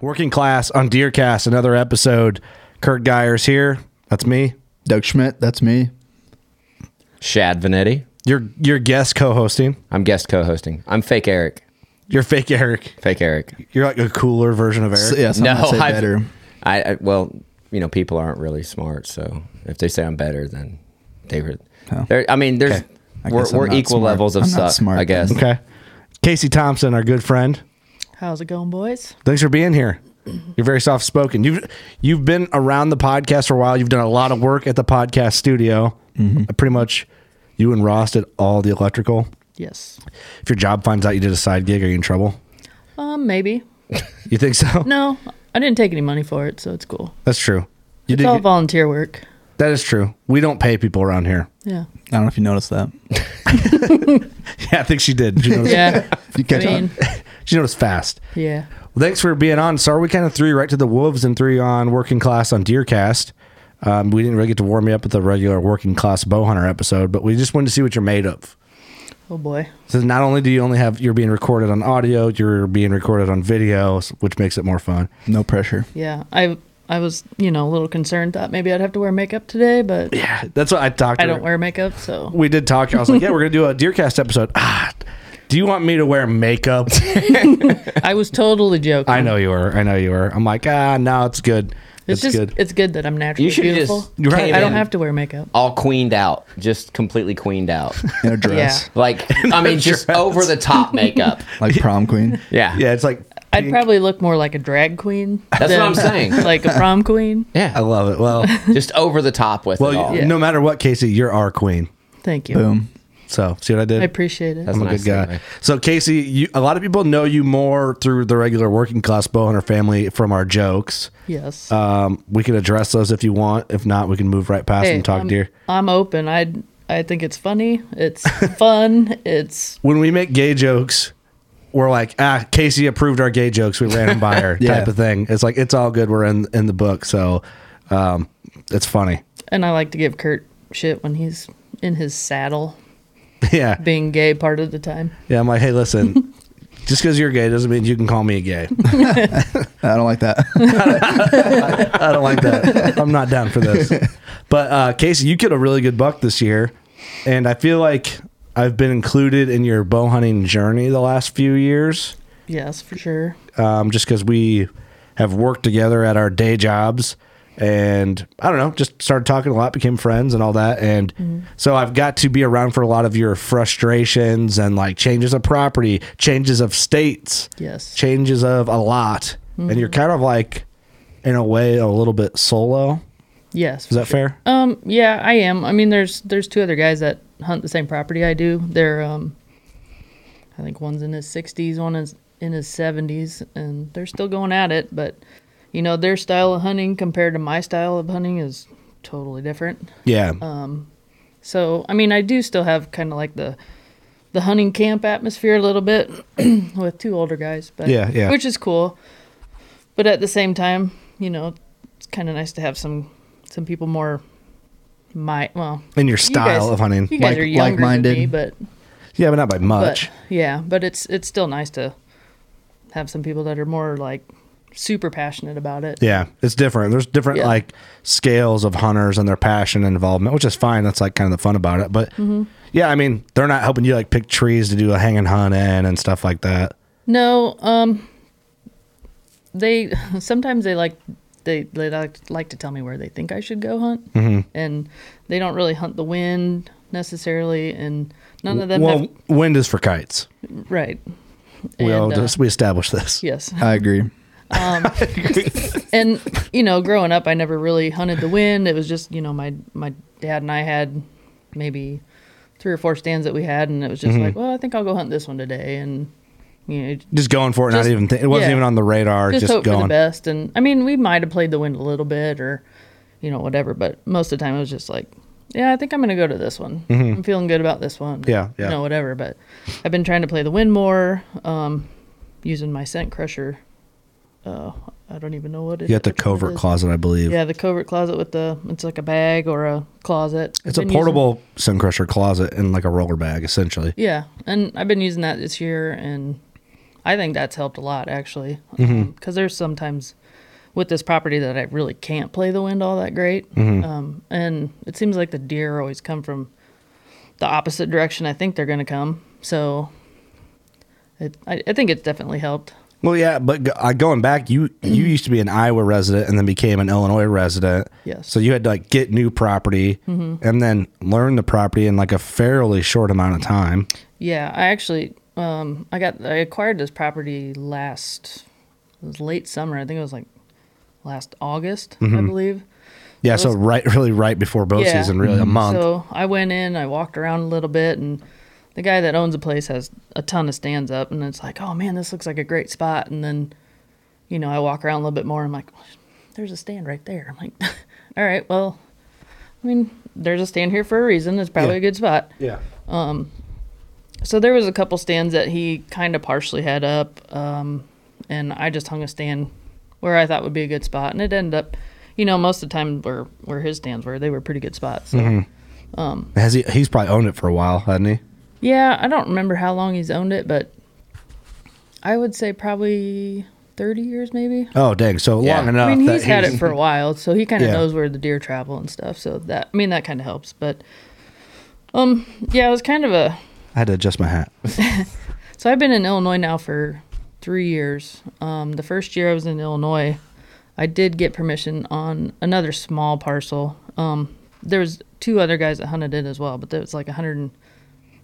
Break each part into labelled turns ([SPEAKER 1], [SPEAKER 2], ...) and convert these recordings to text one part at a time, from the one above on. [SPEAKER 1] Working class on Deercast, another episode. Kurt Geyer's here. That's me.
[SPEAKER 2] Doug Schmidt, that's me.
[SPEAKER 3] Shad Vanetti.
[SPEAKER 1] Your your guest co-hosting.
[SPEAKER 3] I'm guest co-hosting. I'm fake Eric.
[SPEAKER 1] You're fake Eric.
[SPEAKER 3] Fake Eric.
[SPEAKER 1] You're like a cooler version of Eric.
[SPEAKER 2] So, yeah, some
[SPEAKER 3] No,
[SPEAKER 2] would say
[SPEAKER 3] I've-
[SPEAKER 2] better.
[SPEAKER 3] I, I well, you know, people aren't really smart, so if they say I'm better, then they were. there I mean, there's
[SPEAKER 2] Oh. I
[SPEAKER 3] we're,
[SPEAKER 2] guess I'm
[SPEAKER 3] we're
[SPEAKER 2] not
[SPEAKER 3] equal
[SPEAKER 2] smart.
[SPEAKER 3] levels of
[SPEAKER 2] I'm not
[SPEAKER 3] suck.
[SPEAKER 2] smart
[SPEAKER 3] I guess.
[SPEAKER 1] Okay. Casey Thompson, our good friend.
[SPEAKER 4] How's it going, boys?
[SPEAKER 1] Thanks for being here. You're very soft spoken. You've you've been around the podcast for a while. You've done a lot of work at the podcast studio. I pretty much you and Ross did all the electrical.
[SPEAKER 4] Yes.
[SPEAKER 1] If your job finds out you did a side gig, are you in trouble?
[SPEAKER 4] Um, maybe.
[SPEAKER 1] You think so?
[SPEAKER 4] No, I didn't take any money for it, so it's cool.
[SPEAKER 1] That's true. You
[SPEAKER 4] It's
[SPEAKER 1] did
[SPEAKER 4] all
[SPEAKER 1] get-
[SPEAKER 4] volunteer work.
[SPEAKER 1] that is true. We don't pay people around here.
[SPEAKER 4] Yeah.
[SPEAKER 2] I don't know if you noticed that.
[SPEAKER 1] Yeah, I think she did. She noticed,
[SPEAKER 4] Yeah.
[SPEAKER 2] You
[SPEAKER 4] I
[SPEAKER 2] catch on.
[SPEAKER 4] mean,
[SPEAKER 1] she noticed fast.
[SPEAKER 4] yeah.
[SPEAKER 1] Well, thanks for being on. Sorry, we kind of threw you right to the wolves and threw you on working class on Deercast. Um, we didn't really get to warm you up with the regular working class bow hunter episode, but we just wanted to see what you're made of.
[SPEAKER 4] Oh boy.
[SPEAKER 1] So not only do you only have you're being recorded on audio, you're being recorded on video, s- which makes it more fun.
[SPEAKER 2] No pressure.
[SPEAKER 4] Yeah. I I was you know a little concerned thought maybe I'd have to wear makeup today, but
[SPEAKER 1] Yeah, that's what I talked.
[SPEAKER 4] I
[SPEAKER 1] to
[SPEAKER 4] don't
[SPEAKER 1] her.
[SPEAKER 4] wear makeup, so
[SPEAKER 1] We did talk. I was like, yeah, we're gonna do a Deercast episode. Ah, do you want me to wear makeup?
[SPEAKER 4] I was totally joking.
[SPEAKER 1] I know you are. I know you are. I'm like, ah, no, it's good.
[SPEAKER 4] It's,
[SPEAKER 1] It's,
[SPEAKER 4] just
[SPEAKER 1] good.
[SPEAKER 4] it's good that I'm naturally
[SPEAKER 3] You should
[SPEAKER 4] beautiful.
[SPEAKER 3] just Right. came
[SPEAKER 4] I don't
[SPEAKER 3] in.
[SPEAKER 4] have to wear makeup.
[SPEAKER 3] All queened out, just completely queened out.
[SPEAKER 2] In a dress.
[SPEAKER 4] Yeah.
[SPEAKER 3] Like I mean, just over the top makeup.
[SPEAKER 2] Like prom queen.
[SPEAKER 3] Yeah.
[SPEAKER 1] yeah, it's like
[SPEAKER 4] I'd probably look more like a drag queen.
[SPEAKER 3] That's what I'm saying.
[SPEAKER 4] Like a prom queen.
[SPEAKER 1] I
[SPEAKER 3] Yeah.
[SPEAKER 1] love it. Well,
[SPEAKER 3] Just over the top with it
[SPEAKER 1] well,
[SPEAKER 3] all.
[SPEAKER 1] you- no matter what, Casey, you're our queen.
[SPEAKER 4] Thank you.
[SPEAKER 2] Boom.
[SPEAKER 1] So see what I did.
[SPEAKER 4] I appreciate it.
[SPEAKER 3] That's
[SPEAKER 1] I'm a
[SPEAKER 3] nice
[SPEAKER 1] good guy.
[SPEAKER 3] segue.
[SPEAKER 1] So Casey, you, a lot of people know you more through the regular working class bow hunter family from our jokes.
[SPEAKER 4] yes.
[SPEAKER 1] Um, we can address those if you want. If not, we can move right past them
[SPEAKER 4] Hey, um,
[SPEAKER 1] and talk
[SPEAKER 4] I'm,
[SPEAKER 1] deer.
[SPEAKER 4] I'm open. I I think it's funny. It's fun. It's
[SPEAKER 1] When we make gay jokes, we're like, ah, Casey approved our gay jokes. We ran them by her
[SPEAKER 2] Yeah.
[SPEAKER 1] type of thing. It's like it's all good. We're in in the book, so um, it's funny.
[SPEAKER 4] and I like to give Kurt shit when he's in his saddle,
[SPEAKER 1] yeah,
[SPEAKER 4] being gay part of the time.
[SPEAKER 1] yeah. I'm like, hey, listen. Just because you're gay doesn't mean you can call me gay.
[SPEAKER 2] I don't like that.
[SPEAKER 1] I don't like that. I'm not down for this. But uh, Casey, you killed a really good buck this year, and I feel like I've been included in your bow hunting journey the last few years,
[SPEAKER 4] Yes, for sure.
[SPEAKER 1] um, just because we have worked together at our day jobs, and I don't know, just started talking a lot, became friends, and all that, and
[SPEAKER 4] Mm-hmm.
[SPEAKER 1] so I've got to be around for a lot of your frustrations and like changes of property, changes of states
[SPEAKER 4] Yes. Mm-hmm.
[SPEAKER 1] changes of a lot and you're kind of like in a way a little bit solo
[SPEAKER 4] Yes.
[SPEAKER 1] Is that fair?
[SPEAKER 4] Um, yeah, I am. I mean, there's there's two other guys that hunt the same property I do. They're um, I think one's in his 60s, one is in his 70s, and they're still going at it. But you know, their style of hunting compared to my style of hunting is totally different.
[SPEAKER 1] yeah.
[SPEAKER 4] uh, So I mean, I do still have kind of like the the hunting camp atmosphere a little bit with two older guys, but
[SPEAKER 1] Yeah, yeah.
[SPEAKER 4] which is cool. But at the same time, you know, it's kind of nice to have some some people more my well
[SPEAKER 1] In your
[SPEAKER 4] you guys-
[SPEAKER 1] style of hunting.
[SPEAKER 4] You guys
[SPEAKER 2] Like-
[SPEAKER 4] are younger
[SPEAKER 2] like-minded.
[SPEAKER 4] than me, but
[SPEAKER 1] yeah, but not by
[SPEAKER 4] but
[SPEAKER 1] much.
[SPEAKER 4] yeah, but it's it's still nice to have some people that are more like super passionate about it.
[SPEAKER 1] yeah, it's different. There's different
[SPEAKER 4] Yeah.
[SPEAKER 1] like scales of hunters and their passion and involvement, which is fine. That's like kind of the fun about it. But
[SPEAKER 4] Mm-hmm.
[SPEAKER 1] yeah, I mean, they're not helping you like pick trees to do a hang and hunt in and stuff like that.
[SPEAKER 4] No, um, they sometimes they like they they like, like to tell me where they think I should go hunt, mm-hmm. and they don't really hunt the wind necessarily, and none of them.
[SPEAKER 1] well,
[SPEAKER 4] have,
[SPEAKER 1] wind is for kites.
[SPEAKER 4] right.
[SPEAKER 1] We all
[SPEAKER 4] And, uh,
[SPEAKER 1] just we established this.
[SPEAKER 4] yes.
[SPEAKER 2] I agree.
[SPEAKER 4] and you know growing up i never really hunted the wind it was just you know my my dad and i had maybe three or four stands that we had and it was
[SPEAKER 1] Mm-hmm.
[SPEAKER 4] just like well i think i'll go hunt this one today and you know
[SPEAKER 1] Just going for it,
[SPEAKER 4] Just-
[SPEAKER 1] not even think it wasn't
[SPEAKER 4] yeah.
[SPEAKER 1] even on the radar.
[SPEAKER 4] just,
[SPEAKER 1] Just,
[SPEAKER 4] hope for the
[SPEAKER 1] going.
[SPEAKER 4] best and i mean we might have played the wind a little bit or you know whatever but most of the time it was just like yeah i think i'm gonna go to this one i'm feeling good about this one
[SPEAKER 1] Mm-hmm. Yeah, yeah.
[SPEAKER 4] you know whatever but i've been trying to play the wind more um using my scent crusher uh i don't even know what it
[SPEAKER 1] You got the
[SPEAKER 4] which one it
[SPEAKER 1] covert
[SPEAKER 4] is.
[SPEAKER 1] closet, I believe.
[SPEAKER 4] Yeah, the covert closet with the it's like a bag or a closet.
[SPEAKER 1] It's
[SPEAKER 4] I've
[SPEAKER 1] a
[SPEAKER 4] been using-
[SPEAKER 1] portable sun crusher closet and like a roller bag, essentially.
[SPEAKER 4] yeah, and I've been using that this year, and I think that's helped a lot actually, because there's sometimes with this property that I really can't play the wind all that great, um, and it seems like the deer always come from the opposite direction I think they're going to come. So, it, I, I think it's definitely helped.
[SPEAKER 1] Well, yeah, but go- uh, going back, you you used to be an Iowa resident and then became an Illinois resident.
[SPEAKER 4] Yes. Mm-hmm.
[SPEAKER 1] So you had to like get new property and then learn the property in like a fairly short amount of time.
[SPEAKER 4] Yeah, I actually um I got I acquired this property last it was late summer. I think it was like last August, I believe.
[SPEAKER 1] Yeah.
[SPEAKER 4] So
[SPEAKER 1] So right, really right before bow
[SPEAKER 4] Yeah. Mm-hmm.
[SPEAKER 1] season, really a month.
[SPEAKER 4] So I went in, I walked around a little bit and the guy that owns the place has a ton of stands up and it's like, "Oh man, this looks like a great spot." And then you know, I walk around a little bit more and I'm like, "There's a stand right there." I'm like, "All right, well, I mean, there's a stand here for a reason. It's probably
[SPEAKER 1] Yeah.
[SPEAKER 4] a good spot."
[SPEAKER 1] yeah.
[SPEAKER 4] So there was a couple stands that he kind of partially had up, um, and I just hung a stand where I thought would be a good spot, and it ended up, you know, most of the time where where his stands were, they were pretty good spots. So.
[SPEAKER 1] Has he? He's probably owned it for a while, hasn't he?
[SPEAKER 4] Yeah, I don't remember how long he's owned it, but I would say probably thirty years, maybe.
[SPEAKER 1] Oh, dang. So
[SPEAKER 3] Yeah.
[SPEAKER 1] long
[SPEAKER 3] I
[SPEAKER 1] enough.
[SPEAKER 4] I mean,
[SPEAKER 1] that
[SPEAKER 4] he's had it for a while, so he kind of
[SPEAKER 1] Yeah.
[SPEAKER 4] knows where the deer travel and stuff. So that, I mean, that kind of helps. But, um, yeah, it was kind of a
[SPEAKER 1] I had to adjust my hat.
[SPEAKER 4] So I've been in Illinois now for three years. Um, the first year I was in Illinois, I did get permission on another small parcel. Um, there was two other guys that hunted it as well, but there was like 100, and,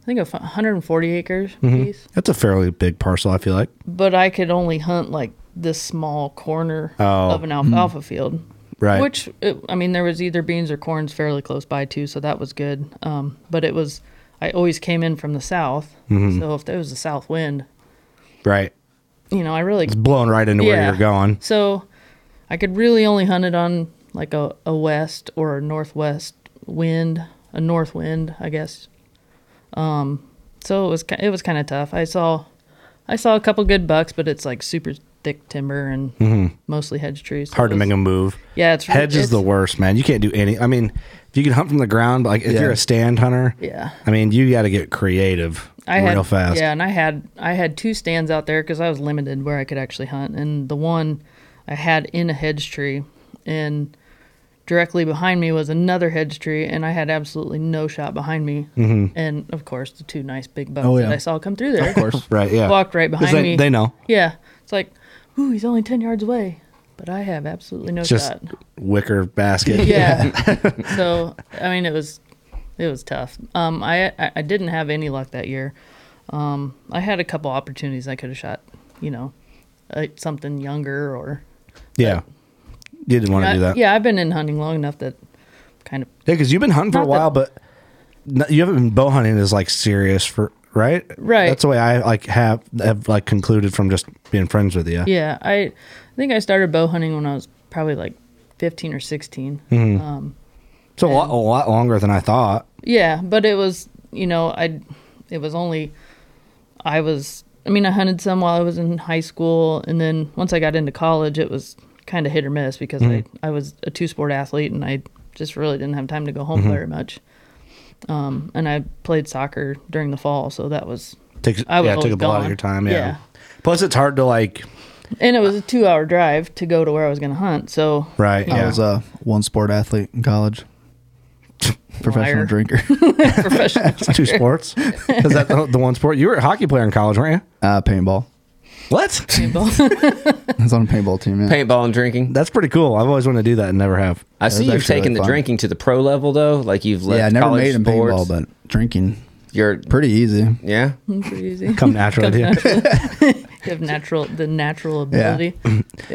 [SPEAKER 4] I think a f- 140 acres
[SPEAKER 1] Mm-hmm.
[SPEAKER 4] piece.
[SPEAKER 1] That's a fairly big parcel. I feel like.
[SPEAKER 4] But I could only hunt like this small corner
[SPEAKER 1] Oh.
[SPEAKER 4] of an alfalfa field.
[SPEAKER 1] Right.
[SPEAKER 4] Which it, I mean, there was either beans or corns fairly close by too, so that was good. Um, but it was I always came in from the south,
[SPEAKER 1] Mm-hmm.
[SPEAKER 4] so if there was a south wind,
[SPEAKER 1] Right.
[SPEAKER 4] you know, I really
[SPEAKER 1] Blown right into where you're going.
[SPEAKER 4] So I could really only hunt it on like a, a west or a northwest wind, a north wind, I guess. Um, so it was ki- it was kind of tough. I saw I saw a couple good bucks, but it's like super thick timber and mostly hedge trees. so
[SPEAKER 1] Mm-hmm. Hard
[SPEAKER 4] it
[SPEAKER 1] to
[SPEAKER 4] was-
[SPEAKER 1] make a move.
[SPEAKER 4] Yeah, it's
[SPEAKER 1] Hedge is the
[SPEAKER 4] it's-
[SPEAKER 1] worst, man. You can't do any. I mean, if you can hunt from the ground, but like if
[SPEAKER 2] Yeah.
[SPEAKER 1] you're a stand hunter,
[SPEAKER 4] Yeah.
[SPEAKER 1] I mean, you got to get creative
[SPEAKER 4] I
[SPEAKER 1] real
[SPEAKER 4] had,
[SPEAKER 1] fast.
[SPEAKER 4] Yeah, and I had I had two stands out there because I was limited where I could actually hunt, and the one I had in a hedge tree, and directly behind me was another hedge tree, and I had absolutely no shot behind me,
[SPEAKER 1] Mm-hmm.
[SPEAKER 4] and of course the two nice big bucks
[SPEAKER 2] Oh, yeah.
[SPEAKER 4] that I saw come through there, of
[SPEAKER 2] course.
[SPEAKER 1] Right. Yeah.
[SPEAKER 4] walked right
[SPEAKER 1] 'Cause
[SPEAKER 4] behind
[SPEAKER 1] they,
[SPEAKER 4] me.
[SPEAKER 1] They know.
[SPEAKER 4] Yeah, it's like, ooh, he's only ten yards away, but I have absolutely no
[SPEAKER 1] It's just
[SPEAKER 4] shot.
[SPEAKER 1] wicker basket.
[SPEAKER 4] Yeah. so I mean, it was it was tough. Um, I I- I didn't have any luck that year. Um, I had a couple opportunities I could have shot, you know, uh, something younger or
[SPEAKER 1] yeah. You didn't want to
[SPEAKER 4] I-
[SPEAKER 1] do that.
[SPEAKER 4] yeah, I've been in hunting long enough that kind of
[SPEAKER 1] Yeah, because you've been hunting for a
[SPEAKER 4] Not
[SPEAKER 1] while, but no, you haven't been bow hunting as like serious for right.
[SPEAKER 4] Right.
[SPEAKER 1] That's the way I like have have like concluded from just being friends with you.
[SPEAKER 4] yeah. I, I think I started bow hunting when I was probably like 15 or 16.
[SPEAKER 1] Mm-hmm.
[SPEAKER 4] Um,
[SPEAKER 1] So a lot, a lot longer than I thought.
[SPEAKER 4] Yeah, but it was you know I, it was only, I was I mean I hunted some while I was in high school, and then once I got into college, it was kind of hit or miss because I I was a two sport athlete and I just really didn't have time to go home very much. Um, and I played soccer during the fall, so that was
[SPEAKER 1] Takes
[SPEAKER 4] I was
[SPEAKER 1] yeah, it took
[SPEAKER 4] always
[SPEAKER 1] up a lot of
[SPEAKER 4] gone.
[SPEAKER 1] your time. Yeah.
[SPEAKER 4] Yeah.
[SPEAKER 1] Plus, it's hard to like.
[SPEAKER 4] and it was a two hour drive to go to where I was going to hunt. So
[SPEAKER 1] Right.
[SPEAKER 2] I
[SPEAKER 1] Yeah.
[SPEAKER 2] was a one sport athlete in college. Professional
[SPEAKER 4] Liar.
[SPEAKER 2] drinker.
[SPEAKER 4] professional.
[SPEAKER 1] It's two sports. Is that the, the one sport? You were a hockey player in college, weren't you?
[SPEAKER 2] Uh, paintball.
[SPEAKER 1] What?
[SPEAKER 4] people.
[SPEAKER 2] I was on a paintball team. Yeah.
[SPEAKER 3] Paintball and drinking.
[SPEAKER 1] That's pretty cool. I've always wanted to do that and never have.
[SPEAKER 3] I see
[SPEAKER 2] was
[SPEAKER 3] you've
[SPEAKER 2] actually
[SPEAKER 3] taken
[SPEAKER 2] really
[SPEAKER 3] the
[SPEAKER 2] fun.
[SPEAKER 3] drinking to the pro level though. Like you've left
[SPEAKER 2] yeah, I never
[SPEAKER 3] college
[SPEAKER 2] made it in
[SPEAKER 3] sports.
[SPEAKER 2] paintball, but drinking
[SPEAKER 3] you're
[SPEAKER 2] pretty easy.
[SPEAKER 3] yeah.
[SPEAKER 4] Pretty easy.
[SPEAKER 1] Come natural to you.
[SPEAKER 4] You have natural the natural
[SPEAKER 2] Yeah.
[SPEAKER 4] ability.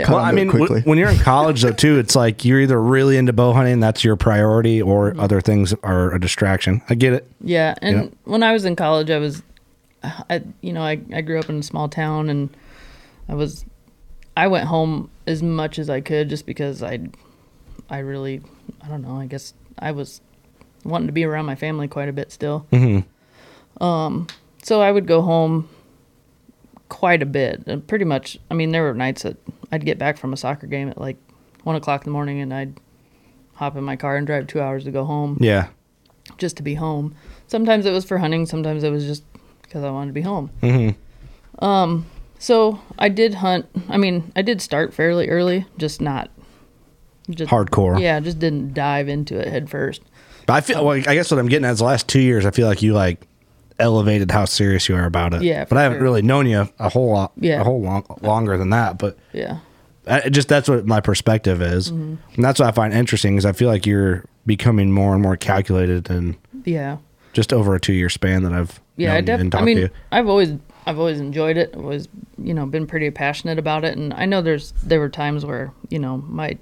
[SPEAKER 2] Caught
[SPEAKER 1] Well,
[SPEAKER 2] on
[SPEAKER 1] I
[SPEAKER 2] to it
[SPEAKER 1] mean, w-
[SPEAKER 2] quickly.
[SPEAKER 1] when you're in college though, too, it's like you're either really into bow hunting, that's your priority, or other things are a distraction. I get it.
[SPEAKER 4] Yeah, and
[SPEAKER 1] Yeah.
[SPEAKER 4] when I was in college, I was, I you know, I, I grew up in a small town, and I was, I went home as much as I could just because I, I really, I don't know, I guess I was wanting to be around my family quite a bit still. Um, so I would go home quite a bit, and pretty much. I mean, there were nights that I'd get back from a soccer game at like one o'clock in the morning, and I'd hop in my car and drive two hours to go home
[SPEAKER 1] Yeah.
[SPEAKER 4] just to be home. Sometimes it was for hunting, sometimes it was just because I wanted to be home. Mm-hmm. Um, so I did hunt. I mean, I did start fairly early, just not just
[SPEAKER 1] Hardcore.
[SPEAKER 4] Yeah, just didn't dive into it head first.
[SPEAKER 1] But I feel like I guess what I'm getting at is the last two years, I feel like you like elevated how serious you are about it.
[SPEAKER 4] Yeah,
[SPEAKER 1] But I
[SPEAKER 4] for
[SPEAKER 1] haven't
[SPEAKER 4] sure.
[SPEAKER 1] really known you a whole lot,
[SPEAKER 4] Yeah.
[SPEAKER 1] a whole long, longer than that. But
[SPEAKER 4] Yeah,
[SPEAKER 1] I, just that's what my perspective is,
[SPEAKER 4] Mm-hmm.
[SPEAKER 1] and that's what I find interesting is I feel like you're becoming more and more calculated and
[SPEAKER 4] yeah,
[SPEAKER 1] just over a two year span that I've
[SPEAKER 4] yeah. I
[SPEAKER 1] known you and
[SPEAKER 4] definitely.
[SPEAKER 1] talked
[SPEAKER 4] I mean,
[SPEAKER 1] to you.
[SPEAKER 4] I've always I've always enjoyed it. I've always you know been pretty passionate about it, and I know there's there were times where you know my